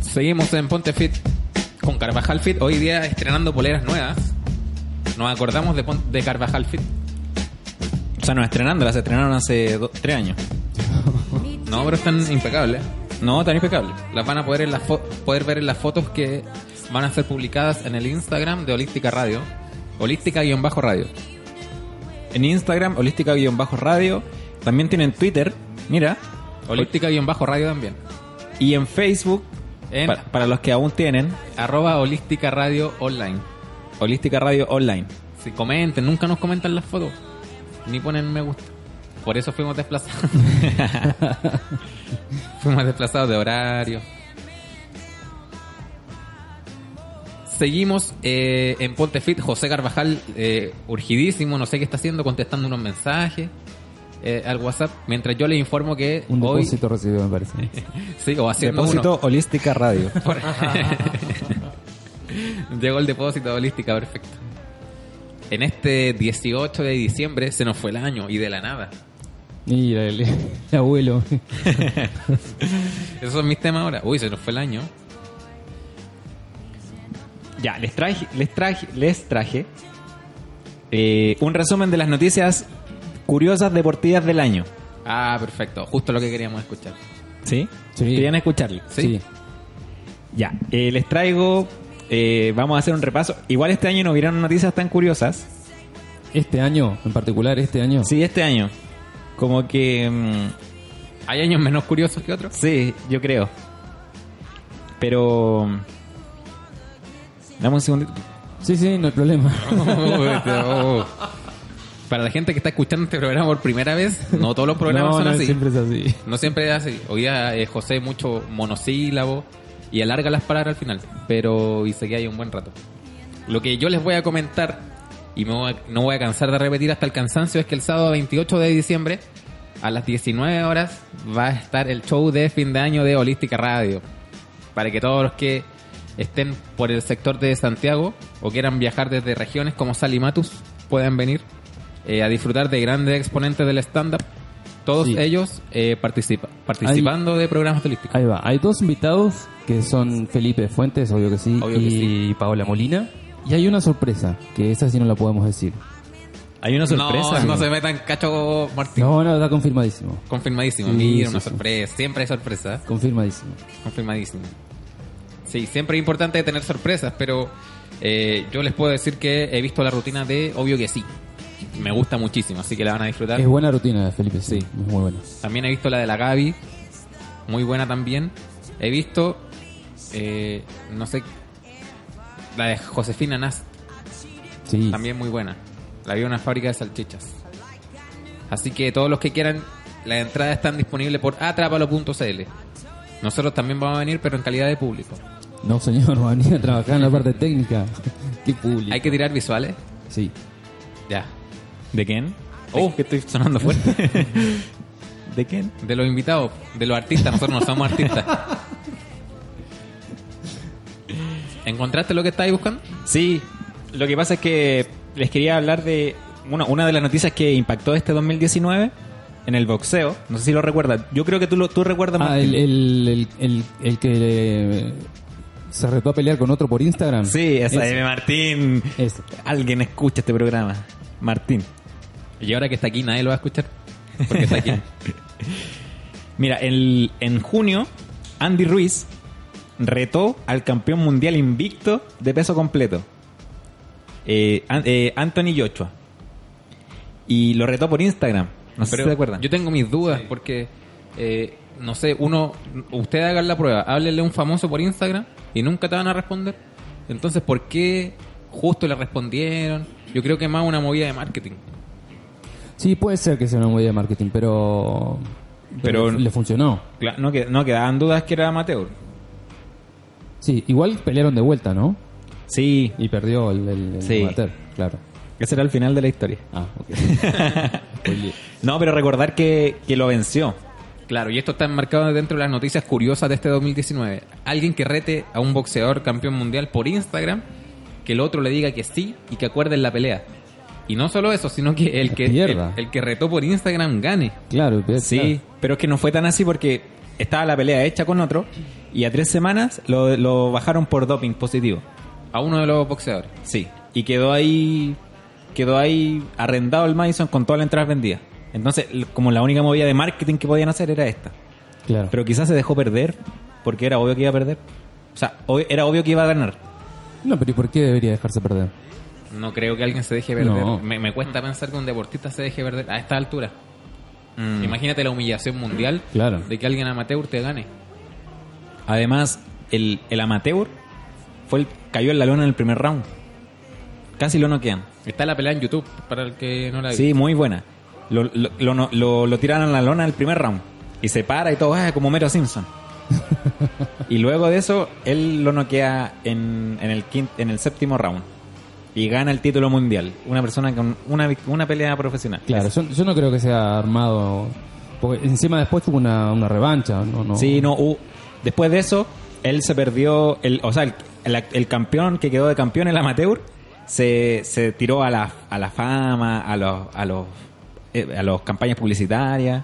B: Seguimos en Ponte Fit con Carvajal Fit. Hoy día estrenando poleras nuevas. Nos acordamos de, Pon- de Carvajal Fit.
A: O sea, no estrenando, las estrenaron hace 3 años.
B: No, pero están impecables.
A: No, tan impecable.
B: Las van a poder, en las fo- poder ver en las fotos que van a ser publicadas en el Instagram de Holística Radio. Holística-radio.
A: En Instagram, holística-radio. También tienen Twitter, mira.
B: Holística-radio también.
A: Y en Facebook,
B: En-
A: pa- para los que aún tienen,
B: Arroba Holística Radio Online.
A: Holística Radio Online.
B: Si comenten, nunca nos comentan las fotos. Ni ponen me gusta. Por eso fuimos desplazados. fuimos desplazados de horario. Seguimos eh, en Pontefit. José Carvajal, eh, urgidísimo, no sé qué está haciendo, contestando unos mensajes eh, al WhatsApp. Mientras yo le informo que
C: Un
B: hoy.
C: depósito recibido, me parece.
B: Sí, o haciendo uno.
A: Depósito Holística Radio.
B: Por- Llegó el depósito de holística, perfecto. En este 18 de diciembre se nos fue el año y de la nada.
C: Mira, el, el abuelo.
B: Esos son mis temas ahora. Uy, se nos fue el año.
A: Ya, les traje, les traje, les traje eh, un resumen de las noticias curiosas deportivas del año.
B: Ah, perfecto. Justo lo que queríamos escuchar.
A: ¿Sí?
C: Sí.
A: Querían escucharlo.
B: Sí.
A: Ya, eh, les traigo. eh, vamos a hacer un repaso. Igual este año no hubieron noticias tan curiosas.
C: Este año, en particular este año.
A: Sí, este año. Como que. mm,
B: Hay años menos curiosos que otros.
A: Sí, yo creo. Pero. Dame un segundo.
C: Sí, sí, no hay problema.
B: Oh, Para la gente que está escuchando este programa por primera vez, no todos los programas
C: no,
B: son
C: no,
B: así.
C: siempre es así.
B: No siempre es así. Hoy día eh, José mucho monosílabo y alarga las palabras al final, pero y se queda ahí un buen rato. Lo que yo les voy a comentar y me voy a- no voy a cansar de repetir hasta el cansancio es que el sábado 28 de diciembre a las 19 horas va a estar el show de fin de año de Holística Radio. Para que todos los que estén por el sector de Santiago o quieran viajar desde regiones como Salimatus puedan venir eh, a disfrutar de grandes exponentes del stand-up. Todos
C: Sí.
B: ellos eh, participa- participando de programas holísticos.
C: Ahí va. Hay dos invitados que son Felipe Fuentes, obvio que sí,
B: Obvio que
C: y
B: sí.
C: Paola Molina. Y hay una sorpresa, que esa sí no la podemos decir.
A: Hay una sorpresa.
B: No, no
A: amigo.
B: se metan cacho Martín.
C: No, no, está confirmadísimo.
B: Confirmadísimo.
C: Sí,
B: Mira,
C: sí,
B: una
C: sí.
B: sorpresa. Siempre hay sorpresas.
C: Confirmadísimo.
B: Confirmadísimo. Sí, siempre es importante tener sorpresas, pero eh, yo les puedo decir que he visto la rutina de Obvio que sí. Me gusta muchísimo, así que la van a disfrutar.
C: Es buena rutina, la Felipe. Sí,
B: Sí.
C: es muy buena.
B: También he visto la de la Gaby, muy buena también. He visto, eh, no sé, la de Josefina Nast,
A: Mm.
C: Sí.
B: también muy buena. La vi en una fábrica de salchichas. Así que todos los que quieran, las entradas están disponibles por atrapalo.cl. Nosotros también vamos a venir, pero en calidad de público.
C: No, señor, va a venir a trabajar en la parte técnica. Qué público.
B: Hay que tirar visuales.
C: Sí.
B: Ya.
A: ¿De quién?
B: Oh.
A: que estoy sonando fuerte. ¿De quién?
B: De los invitados, de los artistas, nosotros no somos artistas. ¿Encontraste lo que estabas buscando?
A: Sí, lo que pasa es que les quería hablar de una, una de las noticias que impactó este 2019 en el boxeo. No sé si lo recuerdas. Yo creo que tú, lo, tú recuerdas
C: Ah,
A: Martín.
C: el, el, el, el, el que eh, se retó a pelear con otro por Instagram.
A: Sí, esa
C: Ese.
A: de Martín.
C: Ese.
A: Alguien escucha este programa. Martín.
B: Y ahora que está aquí, nadie lo va a escuchar. Porque está aquí.
A: Mira, el, en junio, Andy Ruiz retó al campeón mundial invicto de peso completo, eh, An- eh, Anthony Joshua. Y lo retó por Instagram. No sé
B: Pero
A: si se acuerdan.
B: Yo tengo mis dudas porque, eh, no sé, uno, ustedes hagan la prueba, háblenle a un famoso por Instagram y nunca te van a responder. Entonces, ¿por qué justo le respondieron? Yo creo que más una movida de marketing.
C: Sí, puede ser que sea una movida de marketing, pero.
A: Pero-
C: Le funcionó.
A: Cla- no, que- no quedaban dudas que era amateur.
C: Sí, igual pelearon de vuelta, ¿no?
A: Sí,
C: Y perdió el, el, el
A: Sí.
C: amateur, claro.
A: ese era el final de la historia.
C: Ah, ok.
A: No, pero recordar que, que lo venció.
B: Claro, y esto está enmarcado dentro de las noticias curiosas de este 2019. Alguien que rete a un boxeador campeón mundial por Instagram, que el otro le diga que sí y que acuerden la pelea. Y no solo eso, sino que el que, el,
C: Pierda.
B: el que retó por Instagram gane.
C: Claro, pero-
A: Sí, pero es que no fue tan así porque estaba la pelea hecha con otro y a tres semanas lo, lo bajaron por doping positivo.
B: A uno de los boxeadores.
A: Sí, y quedó ahí quedó ahí arrendado el Madison con todas las entradas vendidas. Entonces, l- como la única movida de marketing que podían hacer era esta.
C: claro.
A: Pero quizás se dejó perder porque era obvio que iba a perder. O sea, ob- era obvio que iba a ganar.
C: No, pero ¿y por qué debería dejarse perder?
B: No creo que alguien se deje perder.
C: No.
B: Me, me cuesta pensar que un deportista se deje perder a esta altura. Imagínate la humillación mundial
C: Claro.
B: de que alguien amateur te gane.
A: Además, el, el amateur fue el, cayó en la lona en el primer round. Casi lo noquean.
B: Está la pelea en YouTube, para el que no la ha visto.
A: Sí, muy buena. Lo, lo, lo, no- lo- lo tiran a la lona en el primer round. Y se para y todo, ah, como Mero Simpson. y luego de eso, él lo noquea en, en, el quin- en el séptimo round. Y gana el título mundial. Una persona con una, vic- una pelea profesional.
C: Claro, yo, yo no creo que sea armado. Porque encima después tuvo una, una revancha, ¿no? no.
A: Sí, no. hubo- después de eso, él se perdió. El, o sea, el, el- el campeón que quedó de campeón, el amateur, se, se tiró a la, a la fama, a los, a los, eh, a los campañas publicitarias.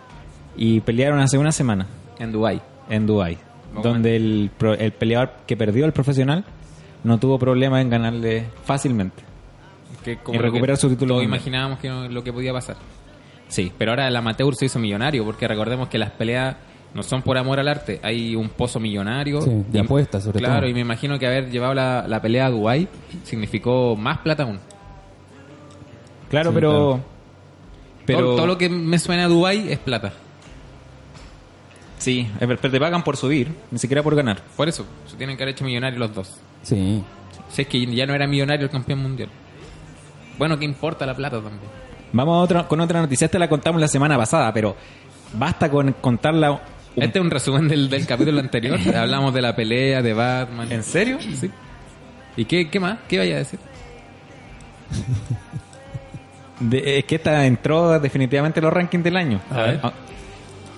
A: Y pelearon hace una semana
B: En Dubai.
A: en Dubai,
B: Muy
A: donde el, pro- el peleador que perdió el profesional no tuvo problema en ganarle fácilmente.
B: Que
A: Y recuperar
B: que
A: su título
B: todos
A: mundial.
B: imaginábamos que no- lo que podía pasar.
A: Sí,
B: Pero ahora el amateur se hizo millonario, porque recordemos que las peleas no son por amor al arte, hay un pozo millonario.
C: Sí, de
B: Y-
C: apuestas, sobre
B: claro,
C: todo.
B: y me imagino que haber llevado la, la pelea a Dubai significó más plata aún.
A: claro,
C: Sí,
A: pero.
C: claro.
A: Pero.
B: Todo, todo lo que me suena a Dubai es plata.
A: Sí, eh, pero pero te pagan por subir, ni siquiera por ganar.
B: Por eso, se tienen que haber hecho millonarios los dos.
C: Sí.
B: Si es que ya no era millonario el campeón mundial. Bueno, ¿qué importa la plata también?
A: Vamos a otro- con otra noticia. Esta la contamos la semana pasada, pero basta con contarla. un-
B: Este es un resumen del, del capítulo anterior. Hablamos de la pelea, de Batman.
A: ¿En serio?
B: Sí. ¿Y qué, qué más? ¿Qué vaya a decir?
A: de- es que esta entró definitivamente en los rankings del año.
C: A ver.
A: Ah,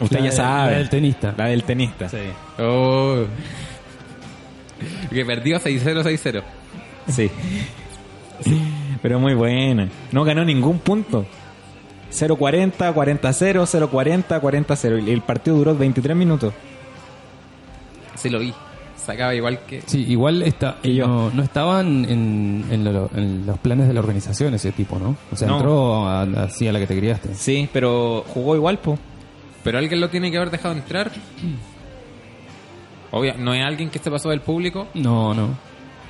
A: Usted
C: La
A: ya
C: de-
A: sabe.
C: la del tenista.
A: La del tenista.
C: Sí.
B: Oh. que perdió 6-0, 6-0.
A: Sí. Pero muy buena. No ganó ningún punto. 0-40, 40-0, 0-40, 40-0. Y El partido duró 23 minutos.
B: Sí lo vi. Sacaba igual que...
C: Sí, igual está,
A: Y yo.
C: no, no estaban en, en lo- en los planes de la organización ese tipo, ¿no? O sea,
A: No.
C: entró a- así a la que te criaste.
A: Sí, pero jugó igual, po.
B: Pero alguien lo tiene que haber dejado entrar. Obvio, no es alguien que se pasó del público.
C: No, no.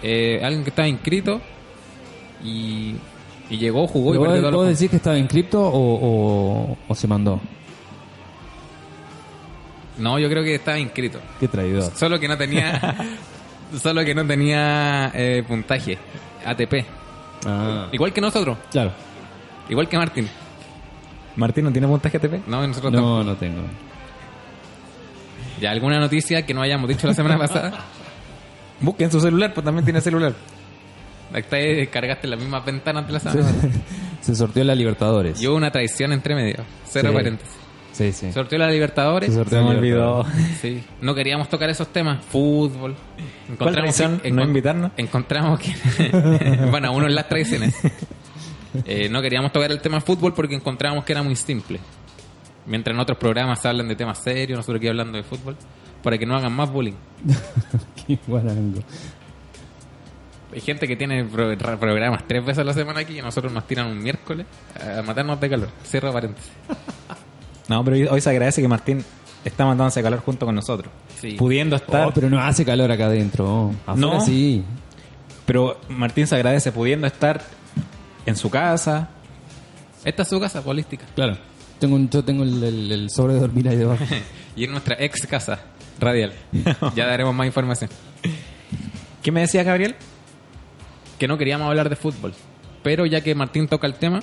B: eh, alguien que estaba inscrito. Y, y llegó, jugó y
C: Pero
B: perdió
C: ¿Vos,
B: todos
C: vos
B: los
C: decís que estaba en cripto o, o- o se mandó?
B: puntos. No, yo creo que estaba inscrito.
C: Qué traidor.
B: Solo que no tenía... solo que no tenía eh, puntaje. ATP.
C: Ah.
B: Igual que nosotros.
C: Claro.
B: Igual que Martín.
A: Martín no tiene puntaje TP.
B: No, nosotros tampoco.
C: No, no tengo.
B: ¿Ya alguna noticia que no hayamos dicho la semana pasada?
A: Busquen su celular, pues también tiene celular.
B: Acá eh, cargaste las mismas ventanas de la
C: Se,
B: semana.
C: se sorteó la Libertadores.
B: Y hubo una traición entre medio. Cero
C: Sí.
B: paréntesis.
C: Sí, sí.
B: Sorteó la Libertadores.
C: Se sorteó la Libertadores.
B: Sí. No queríamos tocar esos temas. Fútbol.
A: traición? ¿No invitarnos?
B: Encontramos que... bueno, uno en las traiciones. Eh, no queríamos tocar el tema fútbol porque encontrábamos que era muy simple. Mientras en otros programas hablan de temas serios, nosotros aquí hablando de fútbol, para que no hagan más bullying.
C: Qué guarango.
B: Hay gente que tiene pro- ra- programas tres veces a la semana aquí y a nosotros nos tiran un miércoles a matarnos de calor. Cierro paréntesis.
A: No, pero hoy se agradece que Martín está mandándose calor junto con nosotros.
B: Sí.
A: Pudiendo estar.
C: Oh, pero no hace calor acá adentro. oh. Afuera
A: No.
C: sí.
A: Pero Martín se agradece pudiendo estar en su casa.
B: Esta es su casa política.
C: Claro. Tengo un- yo tengo el, el- el sobre de dormir ahí debajo.
B: Y en nuestra ex casa radial. ya daremos más información.
A: ¿Qué me decías, Gabriel?
B: Que no queríamos hablar de fútbol. Pero ya que Martín toca el tema,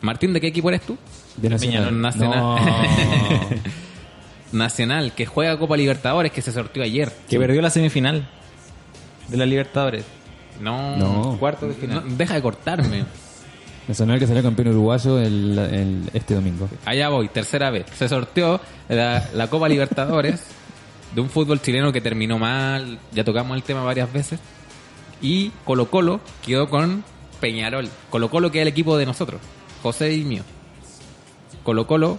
B: Martín, ¿de qué equipo eres tú?
C: De
B: Peñarol Nacional.
C: No.
B: Nacional, que juega Copa Libertadores, que se sortió ayer.
A: Que perdió la semifinal de la Libertadores.
B: No,
C: No.
B: cuarto de final. No, deja de cortarme.
C: Nacional que salió campeón uruguayo el, el- este domingo.
B: Allá voy, tercera vez. Se sorteó la, la Copa Libertadores de un fútbol chileno que terminó mal. Ya tocamos el tema varias veces. Y Colo Colo quedó con Peñarol. Colo Colo que es el equipo de nosotros, José y mío. Colo Colo,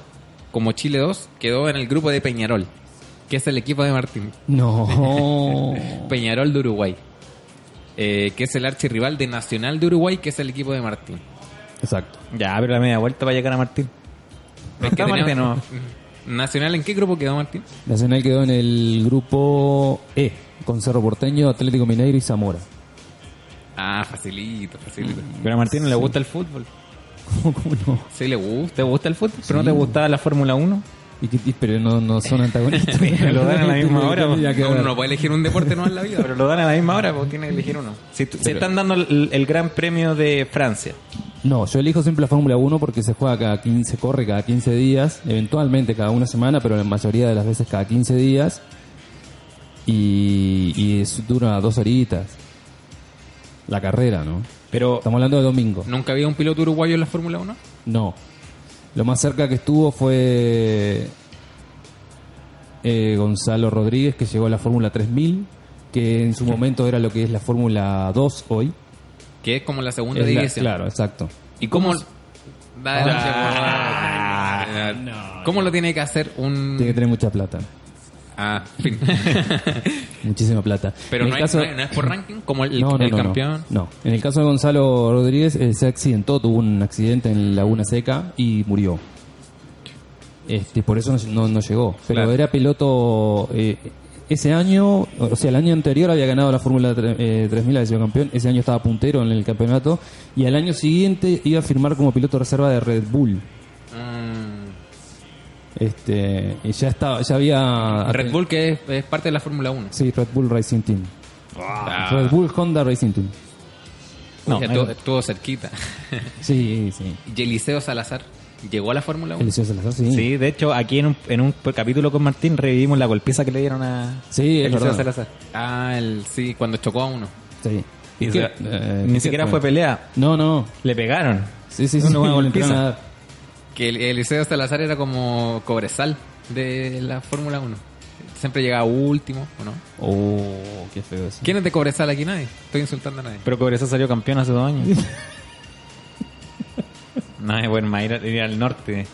B: como Chile 2, quedó en el grupo de Peñarol, que es el equipo de Martín.
C: No.
B: Peñarol de Uruguay, eh, que es el archirrival de Nacional de Uruguay, que es el equipo de Martín.
C: Exacto.
A: Ya, pero la media vuelta va a llegar a Martín.
B: Es que
A: Está Martín,
B: teníamos- Nacional, ¿en qué grupo quedó Martín?
C: Nacional quedó en el grupo E, con Cerro Porteño, Atlético Mineiro y Zamora.
B: Ah, facilito, facilito.
C: Mm.
A: Pero a Martín no le gusta el fútbol.
C: ¿Cómo, cómo no?
B: Sí, le gusta.
A: ¿Te gusta el fútbol? ¿Pero no te gustaba la Fórmula 1?
C: Y que- y- pero no, no son antagonistas.
A: Lo dan a la misma hora,
C: Tendría que
B: No, uno
C: ver.
B: no puede elegir un deporte no en la vida.
A: Pero lo dan a la misma hora, porque tiene que elegir uno. Si tú- se están dando el, el Gran Premio de Francia.
C: No, yo elijo siempre la Fórmula 1 porque se juega cada 15, se corre cada 15 días, eventualmente cada una semana, pero la mayoría de las veces cada 15 días. Y, y es- dura dos horitas. La carrera, ¿no?
A: Pero
C: Estamos hablando de domingo.
B: ¿Nunca había un piloto uruguayo en la Fórmula 1?
C: No. Lo más cerca que estuvo fue eh, Gonzalo Rodríguez, que llegó a la Fórmula 3000, que en su momento era lo que es la Fórmula 2 hoy.
B: Que es como la segunda
C: Es la-
B: división.
C: claro, exacto.
B: ¿Y cómo... Da-
C: Ah.
B: da- ¿Cómo lo tiene que hacer un...
C: Tiene que tener mucha plata.
B: Ah, fin.
C: Muchísima plata.
B: Pero
C: En
B: no,
C: el
B: es-
C: caso-
B: no es, no es por ranking, como el,
C: No, no,
B: el
C: no, no.
B: campeón.
C: No. En el caso de Gonzalo Rodríguez, eh, se accidentó, tuvo un accidente en Laguna Seca y murió. Este, por eso no, no- no llegó. Pero
B: Claro.
C: era piloto. eh, ese año, o sea, el año anterior había ganado la Fórmula tre- eh, 3000, había sido campeón. Ese año estaba puntero en el campeonato. Y al año siguiente iba a firmar como piloto reserva de Red Bull.
B: Mm.
C: Este, y ya estaba, ya había.
B: Red Bull que es, es parte de la Fórmula 1.
C: Sí, Red Bull Racing Team.
B: Ah.
C: Red Bull Honda Racing Team.
A: No,
B: Oye,
A: no.
B: estuvo, estuvo cerquita.
C: Sí, sí.
B: Y Eliseo Salazar llegó a la Fórmula 1.
C: Eliseo Salazar, sí.
A: Sí, de hecho, aquí en un, en un capítulo con Martín revivimos la golpiza que le dieron a
C: Sí, es
A: Eliseo
C: verdad.
A: Salazar.
B: Ah, el, sí, cuando chocó a uno.
C: Sí.
A: Y
C: ¿Qué?
A: se-
C: Eh,
A: ni
C: ¿qué
A: siquiera fue pelea,
C: No, no.
A: le pegaron.
C: Sí, sí,
A: Una
C: sí.
A: buena golpiza.
C: entraron a dar.
B: Que el- Eliseo Salazar era como cobresal de la Fórmula 1. Siempre llegaba último, ¿o no?
C: Oh, qué feo eso.
B: ¿Quién es de cobresal aquí? Nadie. Estoy insultando a nadie.
A: Pero Cobresal salió campeón hace dos años. no, es bueno, más ir, a- ir al norte.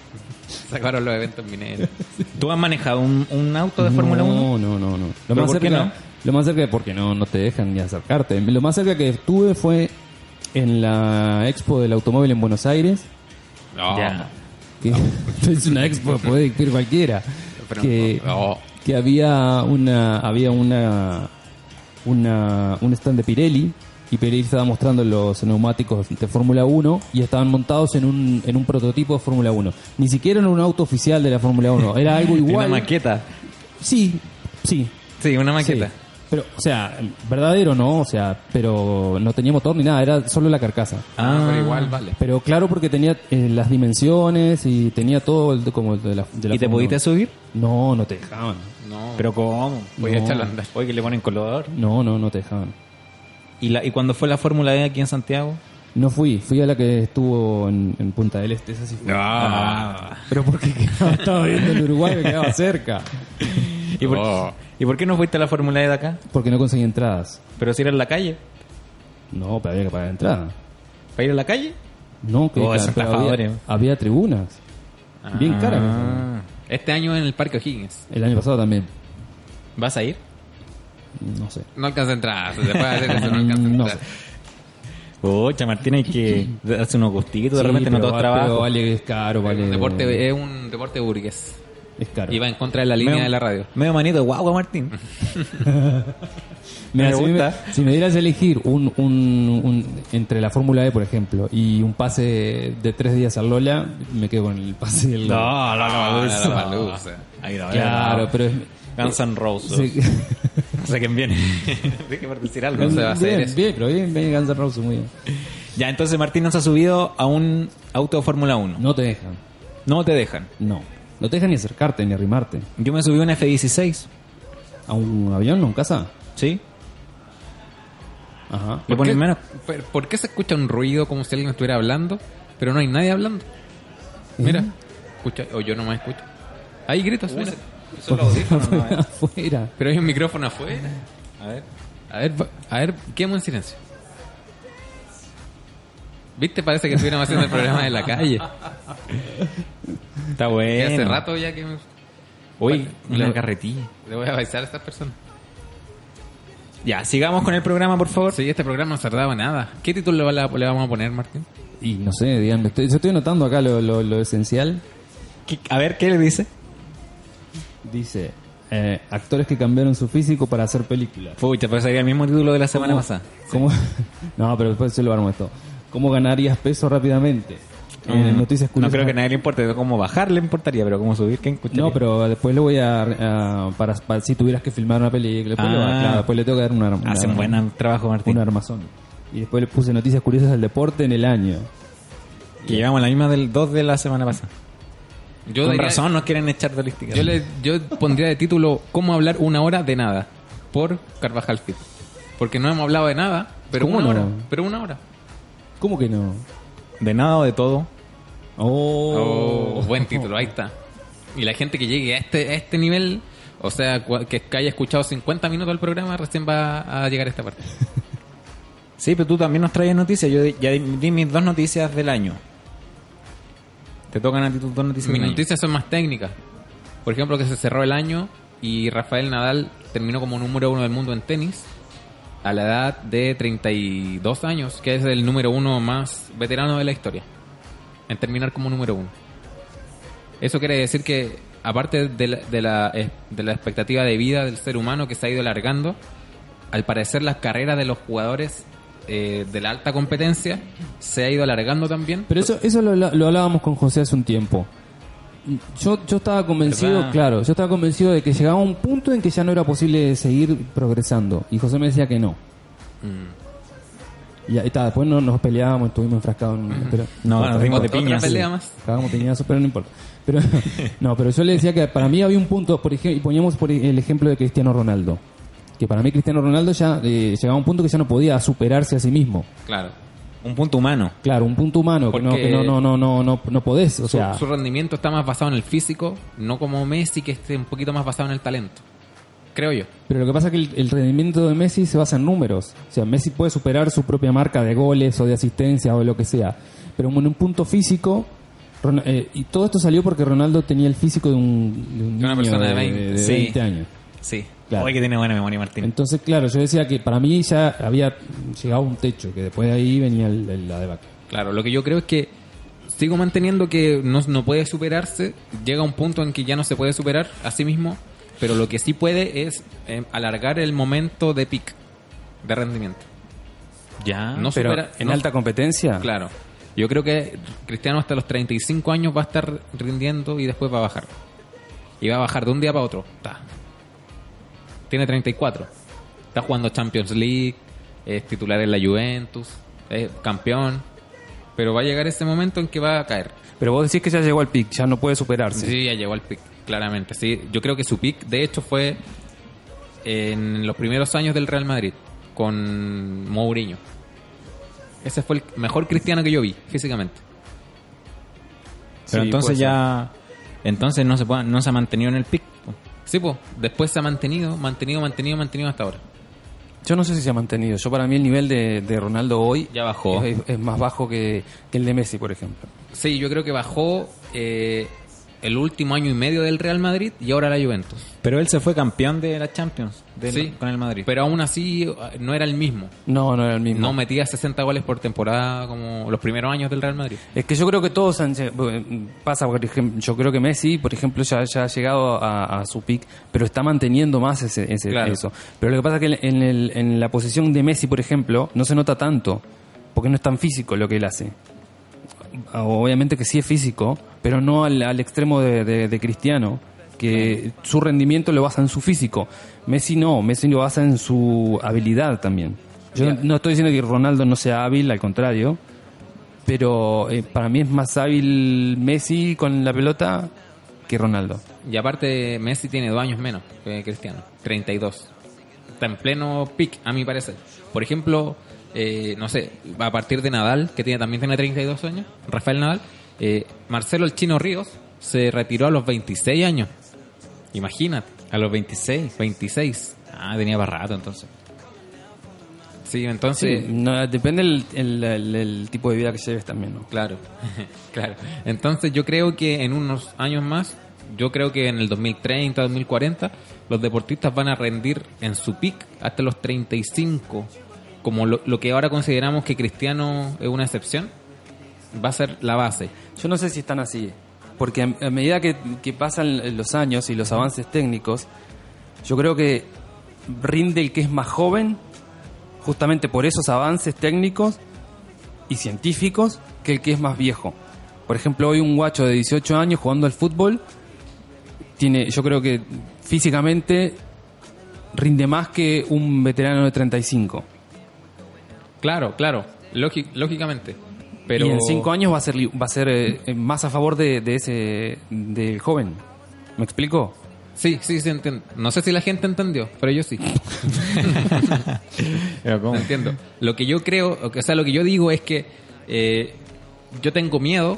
B: Sacaron los eventos mineros.
A: ¿Tú has manejado un, un auto de Fórmula 1?
C: No, no, no, no. Lo
A: ¿Pero
C: más
A: por qué
C: cerca,
A: no?
C: lo más cerca porque no, no te dejan ni acercarte. Lo más cerca que estuve fue en la Expo del Automóvil en Buenos Aires.
B: No.
A: Ya.
C: que es una expo, puede ir cualquiera.
B: Pero
C: que,
B: no.
C: que había una había una, una un stand de Pirelli y Pirelli estaba mostrando los neumáticos de Fórmula 1 y estaban montados en un, en un prototipo de Fórmula 1. Ni siquiera en un auto oficial de la Fórmula 1, era algo
A: Tiene
C: igual.
A: Una maqueta.
C: Sí, sí.
A: Sí, una maqueta.
C: sí. Pero, o sea, verdadero no, o sea, pero no tenía motor ni nada, era solo la carcasa.
B: Ah, pero igual, vale.
C: Pero claro, porque tenía eh, las dimensiones y tenía todo el- como el de la, de la
A: Ah, ¿Y te
C: Fórmula
A: pudiste
C: 1.
A: subir?
C: No, no te dejaban.
B: No.
A: ¿Pero cómo?
B: voy a
C: no.
B: echarlo a andar.
A: Oye, que le ponen color.
C: No, no, no te dejaban.
A: ¿Y, la, y cuando fue la Fórmula E aquí en Santiago?
C: No fui, fui a la que estuvo en, en Punta del Este, esa sí fui.
A: Ah.
C: Pero porque quedaba- estaba viendo el Uruguay, me quedaba cerca.
A: ¿Y, por,
B: Oh.
A: ¿Y por qué no fuiste a la Fórmula E de acá?
C: Porque no conseguí entradas.
A: Pero si era en la calle.
C: No, pero había que pagar entrada.
A: ¿Para ir a la calle?
C: No, que
A: Oh,
C: claro,
A: esos Ah.
C: pero
A: estafadores.
C: había, había tribunas. Bien caras.
B: Este año en el Parque O'Higgins.
C: El año pasado también.
A: ¿Vas a ir?
C: No sé.
B: No alcanza a entrar. Después de hacer eso, no alcanza a
C: No
B: entrar.
C: sé.
A: Oye, Martín, hay que darse unos gustitos. De
C: Sí,
A: repente no
C: pero
A: todos
C: va- pero
A: trabajan.
C: vale, es caro, vale.
B: El deporte, es un deporte burgués.
C: Es caro.
B: Y va en contra de la línea de la radio.
A: Medio manito de guagua, Martín.
C: Mira,
A: Me
C: si, me,
A: gusta.
C: si me dieras a elegir un, un- un- entre la Fórmula E, por ejemplo, y un pase de tres días al Lola, me quedo con el pase del Lola.
A: la
B: Ah, la Lollapalooza.
A: Ahí no,
C: Claro, pero es...
A: Guns N' Roses.
C: se-
A: No sé quién viene. Hay que decir algo.
B: No se va a hacer
C: bien,
B: eso.
C: bien, pero bien, bien Guns N' Roses, muy bien.
A: Ya, entonces Martín nos ha subido a un auto de Fórmula 1.
C: No te dejan,
A: No te dejan.
C: no. No te dejan ni acercarte, ni arrimarte.
A: Yo me subí a un F-16.
C: ¿A un avión no? ¿Un casa?
A: ¿Sí?
C: Ajá.
A: Le ponen
B: qué-
A: menos.
B: pero ¿Por qué se escucha un ruido como si alguien estuviera hablando, pero no hay nadie hablando? Mira,
A: Mm.
B: escucha, o yo no me escucho. Hay gritos, mira.
C: eh. Afuera.
B: pero hay un micrófono afuera.
A: A ver.
B: A ver, va- a ver, quedemos en silencio. ¿Viste? Parece que estuviéramos haciendo el programa de la calle.
A: Está
B: Que
A: bueno.
B: hace rato ya que me-
A: Uy,
B: Bueno,
A: una
B: lo-
A: carretilla.
B: le voy a avisar a estas personas.
A: Ya, sigamos con el programa, por favor.
B: Sí, este programa no tardaba nada. ¿Qué título le le vamos a poner, Martín?
C: Y no sé, díganme, estoy- yo estoy anotando acá lo, lo- lo esencial.
A: ¿Qué- A ver, ¿qué le dice?
C: Dice, eh, actores que cambiaron su físico para hacer películas.
A: Pucha, pero sería el mismo título de la semana
C: ¿Cómo-
A: pasada.
C: cómo- no, pero después se lo armo esto. ¿Cómo ganarías peso rápidamente? Eh,
A: Mm,
C: noticias
A: no
C: curiosas.
A: creo que a nadie le importe. Como bajar le importaría, pero como subir, ¿quién escucharía?
C: No, pero después le voy a... a- para, para- si tuvieras que filmar una película, después, le, voy a-
A: Ah.
C: claro, después le tengo que dar un arma.
A: Hacen buen trabajo, Martín.
C: Un armazón. Y después le puse noticias curiosas del deporte en el año.
A: Que llevamos la misma del 2 de la semana pasada.
B: Yo,
A: Con
B: daría-
A: razón nos quieren echar de holística.
B: yo, le, yo pondría de título ¿Cómo hablar una hora de nada? Por Carvajal Fit. Porque no hemos hablado de nada, pero
C: ¿Cómo
B: una
C: no?
B: hora. Pero una hora.
C: ¿Cómo que no?
A: De nada o de todo.
C: Oh.
B: Oh, buen título, ahí está. Y la gente que llegue a este, a este nivel, o sea, cua- que haya escuchado 50 minutos del programa, recién va a llegar a esta parte.
A: Sí, pero tú también nos traes noticias. Yo di- ya di, di mis dos noticias del año. Te tocan a ti tus dos noticias
B: Mis
A: del año.
B: noticias son más técnicas. Por ejemplo, que se cerró el año y Rafael Nadal terminó como número uno del mundo en tenis a la edad de 32 años, que es el número uno más veterano de la historia en terminar como número uno. Eso quiere decir que, aparte de la, de la, eh, de la expectativa de vida del ser humano que se ha ido alargando, al parecer las carreras de los jugadores eh, de la alta competencia se ha ido alargando también.
C: Pero eso, eso lo, lo hablábamos con José hace un tiempo. Yo, yo estaba convencido,
A: ¿Verdad?
C: claro, yo estaba convencido de que llegaba un punto en que ya no era posible seguir progresando. Y José me decía que no.
D: Y ahí está, después no, nos peleábamos, estuvimos enfrascados en... Pero,
A: Mm. No, nos dimos de
B: Otra
A: piñas.
B: pelea más.
D: Cagábamos piñazos, pero no importa. Pero, no, pero yo le decía que para mí había un punto, por ejemplo, y poníamos por el ejemplo de Cristiano Ronaldo. Que para mí Cristiano Ronaldo ya eh, llegaba a un punto que ya no podía superarse a sí mismo.
B: Claro.
A: Un punto humano.
D: Claro, un punto humano, que no,
B: Porque-
D: que no, no, no, no, no, no podés, o
B: Su,
D: sea...
B: su rendimiento está más basado en el físico, no como Messi, que esté un poquito más basado en el talento. Creo yo.
D: Pero lo que pasa es que el, el rendimiento de Messi se basa en números. O sea, Messi puede superar su propia marca de goles o de asistencia o lo que sea. Pero en un punto físico. Ron- eh, y todo esto salió porque Ronaldo tenía el físico de un, de un
B: De una
D: niño
B: persona de
D: de,
B: 20,
D: de
A: sí.
D: 20 años.
A: Sí.
D: Claro.
A: Oye, que tiene buena memoria, Martín.
D: Entonces, claro, yo decía que para mí ya había llegado a un techo, que después de ahí venía el- el- la debacle.
B: Claro, lo que yo creo es que sigo manteniendo que no, no puede superarse, llega un punto en que ya no se puede superar a sí mismo, pero lo que sí puede es eh, alargar el momento de pic de rendimiento.
A: Ya.
B: No
C: Ah, Pero
B: supera-
C: en
B: no-
C: alta competencia.
B: Claro. Yo creo que Cristiano hasta los 35 años va a estar rindiendo y después va a bajar. Y va a bajar de un día para otro. Ta. Tiene 34. Está jugando Champions League, es titular en la Juventus, es campeón. Pero va a llegar ese momento en que va a caer.
C: Pero vos decís que ya llegó al pic, ya no puede superarse.
B: Sí, ya llegó al pick, claramente. Sí, yo creo que su pick, de hecho, fue en los primeros años del Real Madrid, con Mourinho. Ese fue el mejor cristiano que yo vi, físicamente.
A: Pero
C: Sí,
A: entonces
C: puede
A: ya. Entonces no se, puede- no se ha mantenido en el pic. po.
B: Sí, pues, después se ha mantenido, mantenido, mantenido, mantenido hasta ahora.
C: Yo no sé si se ha mantenido. Yo para mí el nivel de, de Ronaldo hoy
B: Ya bajó.
C: Es, es más bajo que, que el de Messi, por ejemplo.
B: Sí, yo creo que bajó eh, el último año y medio del Real Madrid y ahora la Juventus.
A: Pero él se fue campeón de la Champions del-
B: Sí.
A: con el Madrid.
B: Pero aún así eh, no era el mismo.
C: No, no era el mismo.
B: No metía 60 goles por temporada como los primeros años del Real Madrid.
C: Es que yo creo que todos han lle- bueno, pasa, por ejemplo, yo creo que Messi, por ejemplo, ya, ya ha llegado a, a su pick, pero está manteniendo más ese, ese-
B: Claro.
C: eso. Pero lo que pasa es que en, el- en la posición de Messi, por ejemplo, no se nota tanto, porque no es tan físico lo que él hace. Obviamente que sí es físico, pero no al, al extremo de, de- de Cristiano, que su rendimiento lo basa en su físico. Messi no, Messi lo basa en su habilidad también. Yo no estoy diciendo que Ronaldo no sea hábil, al contrario, pero eh, para mí es más hábil Messi con la pelota que Ronaldo.
B: Y aparte, Messi tiene dos años menos que Cristiano, 32. Está en pleno pick, a mi parecer. Por ejemplo, eh, no sé, a partir de Nadal, que tiene, también tiene 32 años, Rafael Nadal, eh, Marcelo el Chino Ríos se retiró a los 26 años. Imagínate.
A: A los 26.
B: 26.
A: Ah, tenía para rato entonces.
B: Sí,
C: Sí,
B: entonces...
C: no, depende el, el- el- el tipo de vida que lleves también, ¿no?
B: Claro, claro. Entonces yo creo que en unos años más, yo creo que en el 2030, 2040, los deportistas van a rendir en su pick hasta los 35, como lo, lo que ahora consideramos que Cristiano es una excepción, va a ser la base.
C: Yo no sé si están así, porque a, a medida que, que pasan los años y los avances técnicos, yo creo que rinde el que es más joven, justamente por esos avances técnicos y científicos, que el que es más viejo. Por ejemplo, hoy un guacho de 18 años jugando al fútbol, tiene, yo creo que físicamente rinde más que un veterano de 35.
B: Claro, claro, lógi- lógicamente. Pero
C: Pero... Y en cinco años va a ser, li- va a ser eh, más a favor de, de ese del joven. ¿Me explico?
B: Sí, sí, sí, entiendo. No sé si la gente entendió, pero yo sí.
A: Pero ¿cómo?
B: No entiendo. Lo que yo creo, o sea, lo que yo digo es que eh, yo tengo miedo,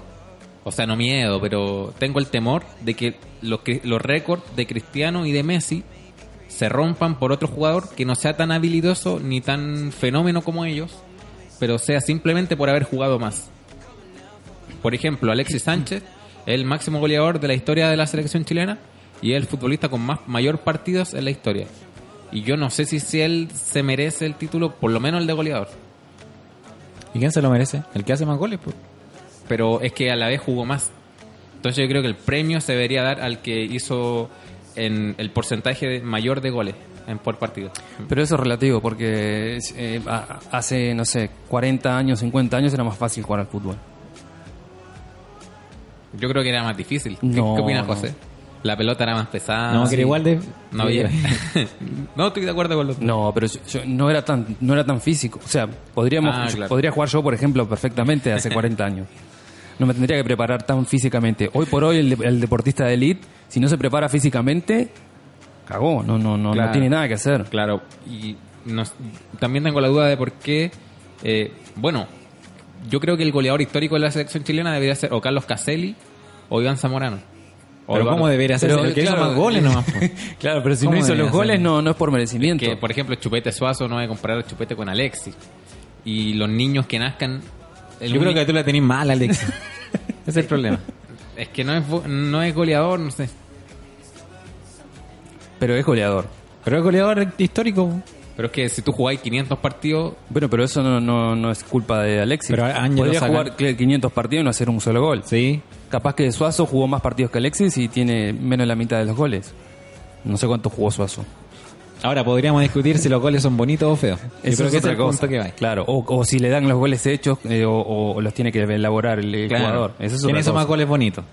B: o sea, no miedo, pero tengo el temor de que los, cri- los récords de Cristiano y de Messi se rompan por otro jugador que no sea tan habilidoso ni tan fenómeno como ellos, pero sea simplemente por haber jugado más. Por ejemplo, Alexis Sánchez, el máximo goleador de la historia de la selección chilena y el futbolista con más mayor partidos en la historia. Y yo no sé si, si él se merece el título, por lo menos el de goleador.
A: ¿Y quién se lo merece? El que hace más goles, pues.
B: Pero es que a la vez jugó más. Entonces yo creo que el premio se debería dar al que hizo en el porcentaje de- mayor de goles en por partido.
C: Pero eso es relativo, porque eh, a- hace, no sé, 40 años, 50 años era más fácil jugar al fútbol.
B: Yo creo que era más difícil. ¿Qué,
C: No,
B: qué opinas,
C: no.
B: José? La pelota era más pesada.
A: no, que era igual de.
B: No había. no, estoy de acuerdo con los.
C: No, pero yo, yo no era tan no era tan físico. O sea, podríamos
B: Ah,
C: yo-
B: claro.
C: podría jugar yo, por ejemplo, perfectamente hace 40 años. No me tendría que preparar tan físicamente. Hoy por hoy el, de- el deportista de elite, si no se prepara físicamente, cagó, no no no,
B: Claro.
C: no tiene nada que hacer.
B: Claro, y nos- también tengo la duda de por qué. eh, bueno, yo creo que el goleador histórico de la selección chilena debería ser o Carlos Caselli o Iván Zamorano. O
A: Pero
B: Eduardo-
A: ¿cómo debería ser?
C: Pero,
A: Porque hizo
C: claro,
A: más goles nomás. po.
C: Claro, pero si
A: ¿Cómo
C: no hizo
A: debería
C: los goles
A: ser?
C: no no es por merecimiento.
B: Que, por ejemplo, Chupete Suazo no debe comparar a Chupete con Alexis. Y los niños que nazcan. el
A: Yo creo
B: único-
A: que tú la tenés mal, Alex. Ese es el problema.
B: Es que no es, vo- no es goleador, no sé.
C: Pero es goleador.
A: Pero es goleador histórico. po.
B: Pero es que si tú jugáis 500 partidos,
C: Bueno, pero eso no, no, no es culpa de Alexis.
A: Pero Ángelo
C: Podría
A: Sagan-
C: jugar cl- 500 partidos y no hacer un solo gol.
A: Sí.
C: Capaz que Suazo jugó más partidos que Alexis y tiene menos de la mitad de los goles. No sé cuánto jugó Suazo.
A: Ahora podríamos discutir si los goles son bonitos o feos. Yo
C: Eso
A: creo
C: es
A: que
C: otra
A: ese es el
C: cosa.
A: punto que va.
C: Claro, o, o si le dan los goles hechos eh, o, o- o los tiene que elaborar el el jugador. Eso es
A: ¿Quién
C: otra
A: hizo
C: cosa.
A: más goles bonitos?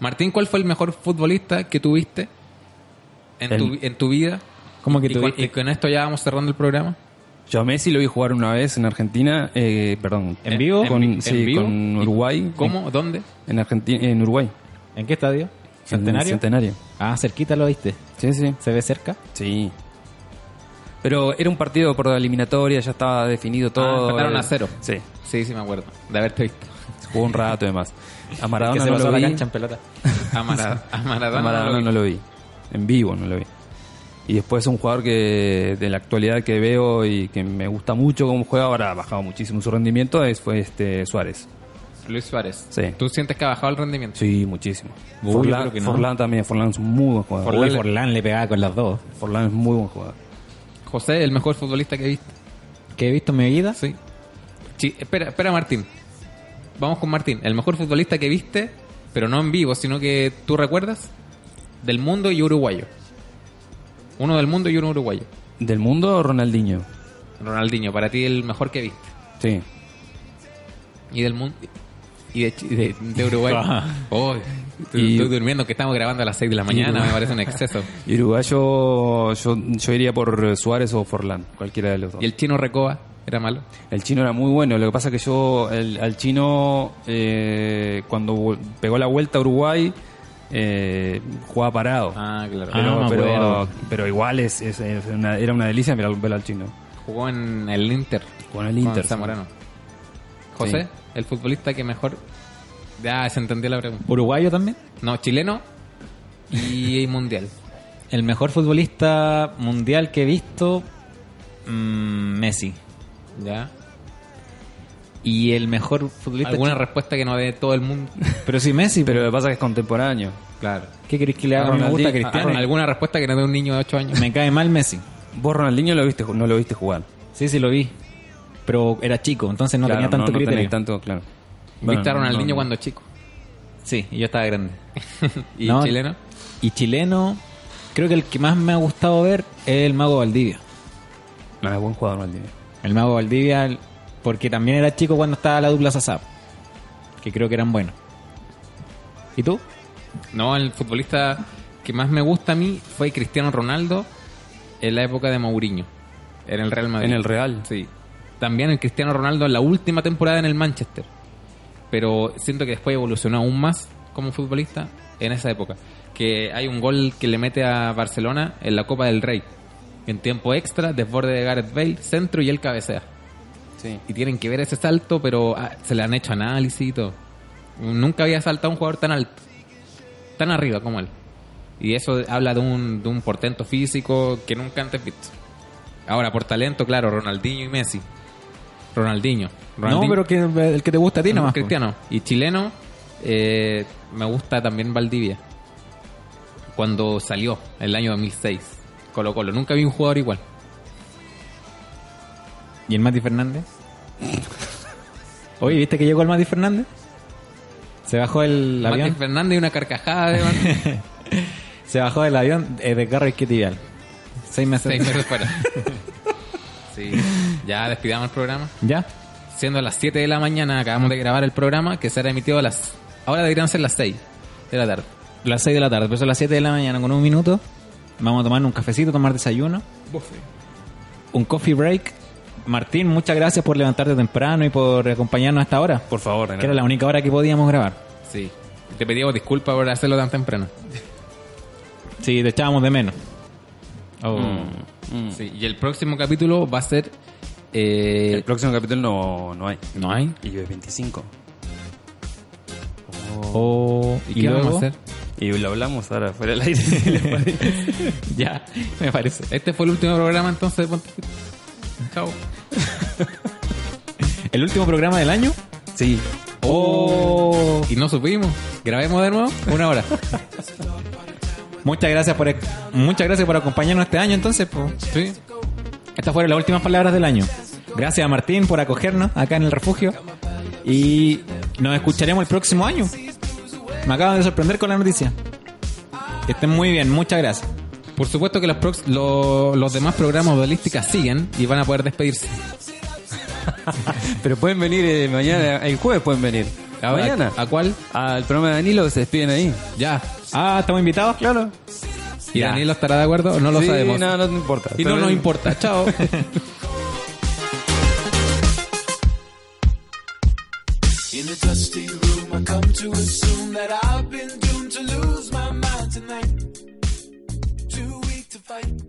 B: Martín, ¿cuál fue el mejor futbolista que tuviste en,
C: El-
B: tu, en tu vida?
A: ¿Cómo que
B: Y con-
A: tuviste?
B: y con esto ya vamos cerrando el programa.
C: Yo a Messi lo vi jugar una vez en Argentina, eh, perdón.
A: ¿En vivo?
C: Con,
B: ¿En vi-
C: sí,
B: en vivo?
C: con Uruguay.
B: ¿Cómo? ¿Dónde?
C: En, Argentina, en Uruguay.
A: ¿En qué estadio?
C: En
A: ¿Centenario?
C: Centenario.
A: Ah, cerquita lo viste.
C: Sí, sí.
A: ¿Se ve cerca?
C: Sí. Pero era un partido por la eliminatoria, ya estaba definido
A: Ah,
C: todo.
B: empataron
C: eh,
B: a cero.
C: Sí,
B: Sí, sí, me acuerdo. De haberte visto.
C: se jugó un rato y demás. A
A: que
C: Maradona
A: se
C: no
A: pasó
C: lo
A: la
C: vi.
A: cancha en pelota.
B: A, Mara- a Maradona.
C: A Maradona no lo vi. En vivo no lo vi. Y después un jugador que de la actualidad que veo y que me gusta mucho cómo juega, ahora ha bajado muchísimo su rendimiento, es, fue este Suárez.
B: Luis Suárez.
C: Sí.
B: ¿Tú sientes que ha bajado el rendimiento?
C: Sí, muchísimo.
A: Uy, yo
C: Forlán,
A: creo que no.
C: Forlán también, Forlán es un muy buen jugador.
A: Uy, Forlán le pegaba con las dos.
C: Forlán es muy buen jugador.
B: José, el mejor futbolista que viste.
A: ¿Que he visto en mi vida?
B: Sí. Chi- espera, espera, Martín. Vamos con Martín. El mejor futbolista que viste, pero no en vivo, sino que tú recuerdas, del mundo y uruguayo. Uno del mundo y uno uruguayo.
C: Del mundo, Ronaldinho.
B: Ronaldinho, para ti el mejor que viste.
C: Sí.
B: Y del mundo. Y de, Chi- de- de Uruguay. Oh,
C: Y-
B: estoy durmiendo, que estamos grabando a las 6 de la mañana, me parece un exceso.
C: Y uruguayo, yo, yo iría por eh, Suárez o Forlán, cualquiera de los dos.
B: Y el chino Recoba era malo.
C: El chino era muy bueno. Lo que pasa que yo el- al chino, eh, cuando vol- pegó la vuelta a Uruguay, eh, jugaba parado.
B: Ah, claro.
C: pero,
A: Ah,
C: pero-
A: bueno.
C: pero igual es, es- es una- era una delicia mirar- ver al chino.
B: Jugó en el Inter.
C: Con el Inter, sí.
B: Zamorano. José,
C: Sí.
B: el futbolista que mejor. Ya se entendió la pregunta.
A: ¿Uruguayo también?
B: No, chileno y mundial.
A: El mejor futbolista mundial que he visto, mm, Messi.
B: ¿Ya?
A: Y el mejor futbolista...
B: ¿Alguna
A: chi-
B: respuesta que no dé todo el mundo?
A: Pero sí, Messi.
C: Pero lo que pasa que es contemporáneo.
B: Claro. Ah,
A: ¿Qué querés que le
C: Ah,
A: haga? A mí me gusta Cristiano.
B: ¿Alguna respuesta que no dé un niño de 8 años?
A: Me cae mal Messi.
C: Vos Ronaldinho lo viste, ju- no lo viste jugar.
A: Sí, sí, lo vi. Pero era chico, entonces no
C: Claro,
A: tenía tanto
C: no tenés
A: criterio.
C: tanto, claro.
B: ¿Viste a
C: Bueno,
B: Ronaldinho
C: no-
B: cuando chico?
A: Sí, y yo estaba grande.
B: ¿Y
A: No,
B: chileno?
A: Y chileno, creo que el que más me ha gustado ver es el Mago Valdivia.
C: No, es buen jugador Ronaldinho.
A: El Mago Valdivia, el- porque también era chico cuando estaba la dupla Sasab. Que creo que eran buenos. ¿Y tú?
B: No, el futbolista que más me gusta a mí fue Cristiano Ronaldo en la época de Mourinho, en el Real Madrid.
C: En el Real.
B: Sí. También el Cristiano Ronaldo en la última temporada en el Manchester. Pero siento que después evolucionó aún más como futbolista en esa época. Que hay un gol que le mete a Barcelona en la Copa del Rey. En tiempo extra, desborde de Gareth Bale, centro y él cabecea.
C: Sí.
B: Y tienen que ver ese salto, pero ah, se le han hecho análisis y todo. Nunca había saltado un jugador tan alto, tan arriba como él. Y eso habla de un, de un portento físico que nunca antes visto. Ahora, por talento, claro, Ronaldinho y Messi. Ronaldinho. Ronaldinho.
A: No, pero que, el que te gusta a ti nomás.
B: Cristiano. Y chileno, eh, me gusta también Valdivia. Cuando salió, el año 2006. Colo Colo. Nunca vi un jugador igual.
A: ¿Y el Mati Fernández? Oye, ¿viste que llegó el Mati Fernández? Se bajó el
B: Mati
A: avión.
B: Fernández y una carcajada de
A: Se bajó del avión eh, de carro isquiotibial. Seis meses.
B: Seis meses fuera. Sí. Ya despidamos el programa.
A: ¿Ya?
B: Siendo las 7 de la mañana, acabamos de grabar el programa que será emitido a las. Ahora deberían ser las 6 de la tarde.
A: las 6 de la tarde, empezó a las 7 de la mañana con un minuto. Vamos a tomar un cafecito, tomar desayuno. Un coffee break. Martín, muchas gracias por levantarte temprano y por acompañarnos hasta ahora.
B: Por favor, de
A: Que era
B: nada.
A: la única hora que podíamos grabar.
B: Sí. Te pedíamos disculpas por hacerlo tan temprano.
A: Sí, te echábamos de menos. Oh,
B: Mm. Sí, y el próximo capítulo va a ser. eh,
C: El próximo capítulo no, no hay.
B: ¿No hay?
C: Y yo es 25.
A: Oh,
B: ¿Y, qué
A: luego-
B: vamos a hacer?
C: Y lo hablamos ahora fuera del aire.
A: Ya, me parece.
B: Este fue el último programa entonces de Ponte Fit. Chao.
A: ¿El último programa del año?
C: sí.
A: Oh.
B: Y no supimos. Grabemos de nuevo una hora.
A: Muchas gracias por muchas gracias por acompañarnos este año entonces. po.
B: Sí.
A: Estas fueron las últimas palabras del año. Gracias a Martín por acogernos acá en el refugio. Y nos escucharemos el próximo año. Me acaban de sorprender con la noticia. Que estén muy bien, muchas gracias.
B: Por supuesto que los, prox- lo- los demás programas de holística siguen y van a poder despedirse.
C: Pero pueden venir eh, mañana, el jueves pueden venir. ¿A mañana?
B: ¿A cuál?
C: Al programa de Danilo se despiden ahí.
B: Ya.
A: Ah, ¿estamos invitados? Claro.
B: ¿Y
A: Ya.
B: Danilo estará de acuerdo? No lo
C: Sí,
B: sabemos.
C: No, no te importa.
B: Y no
C: Pero-
B: nos importa. Chao.
E: In a dusty room, I come to assume that I've been doomed to lose my mind tonight. Too weak to fight.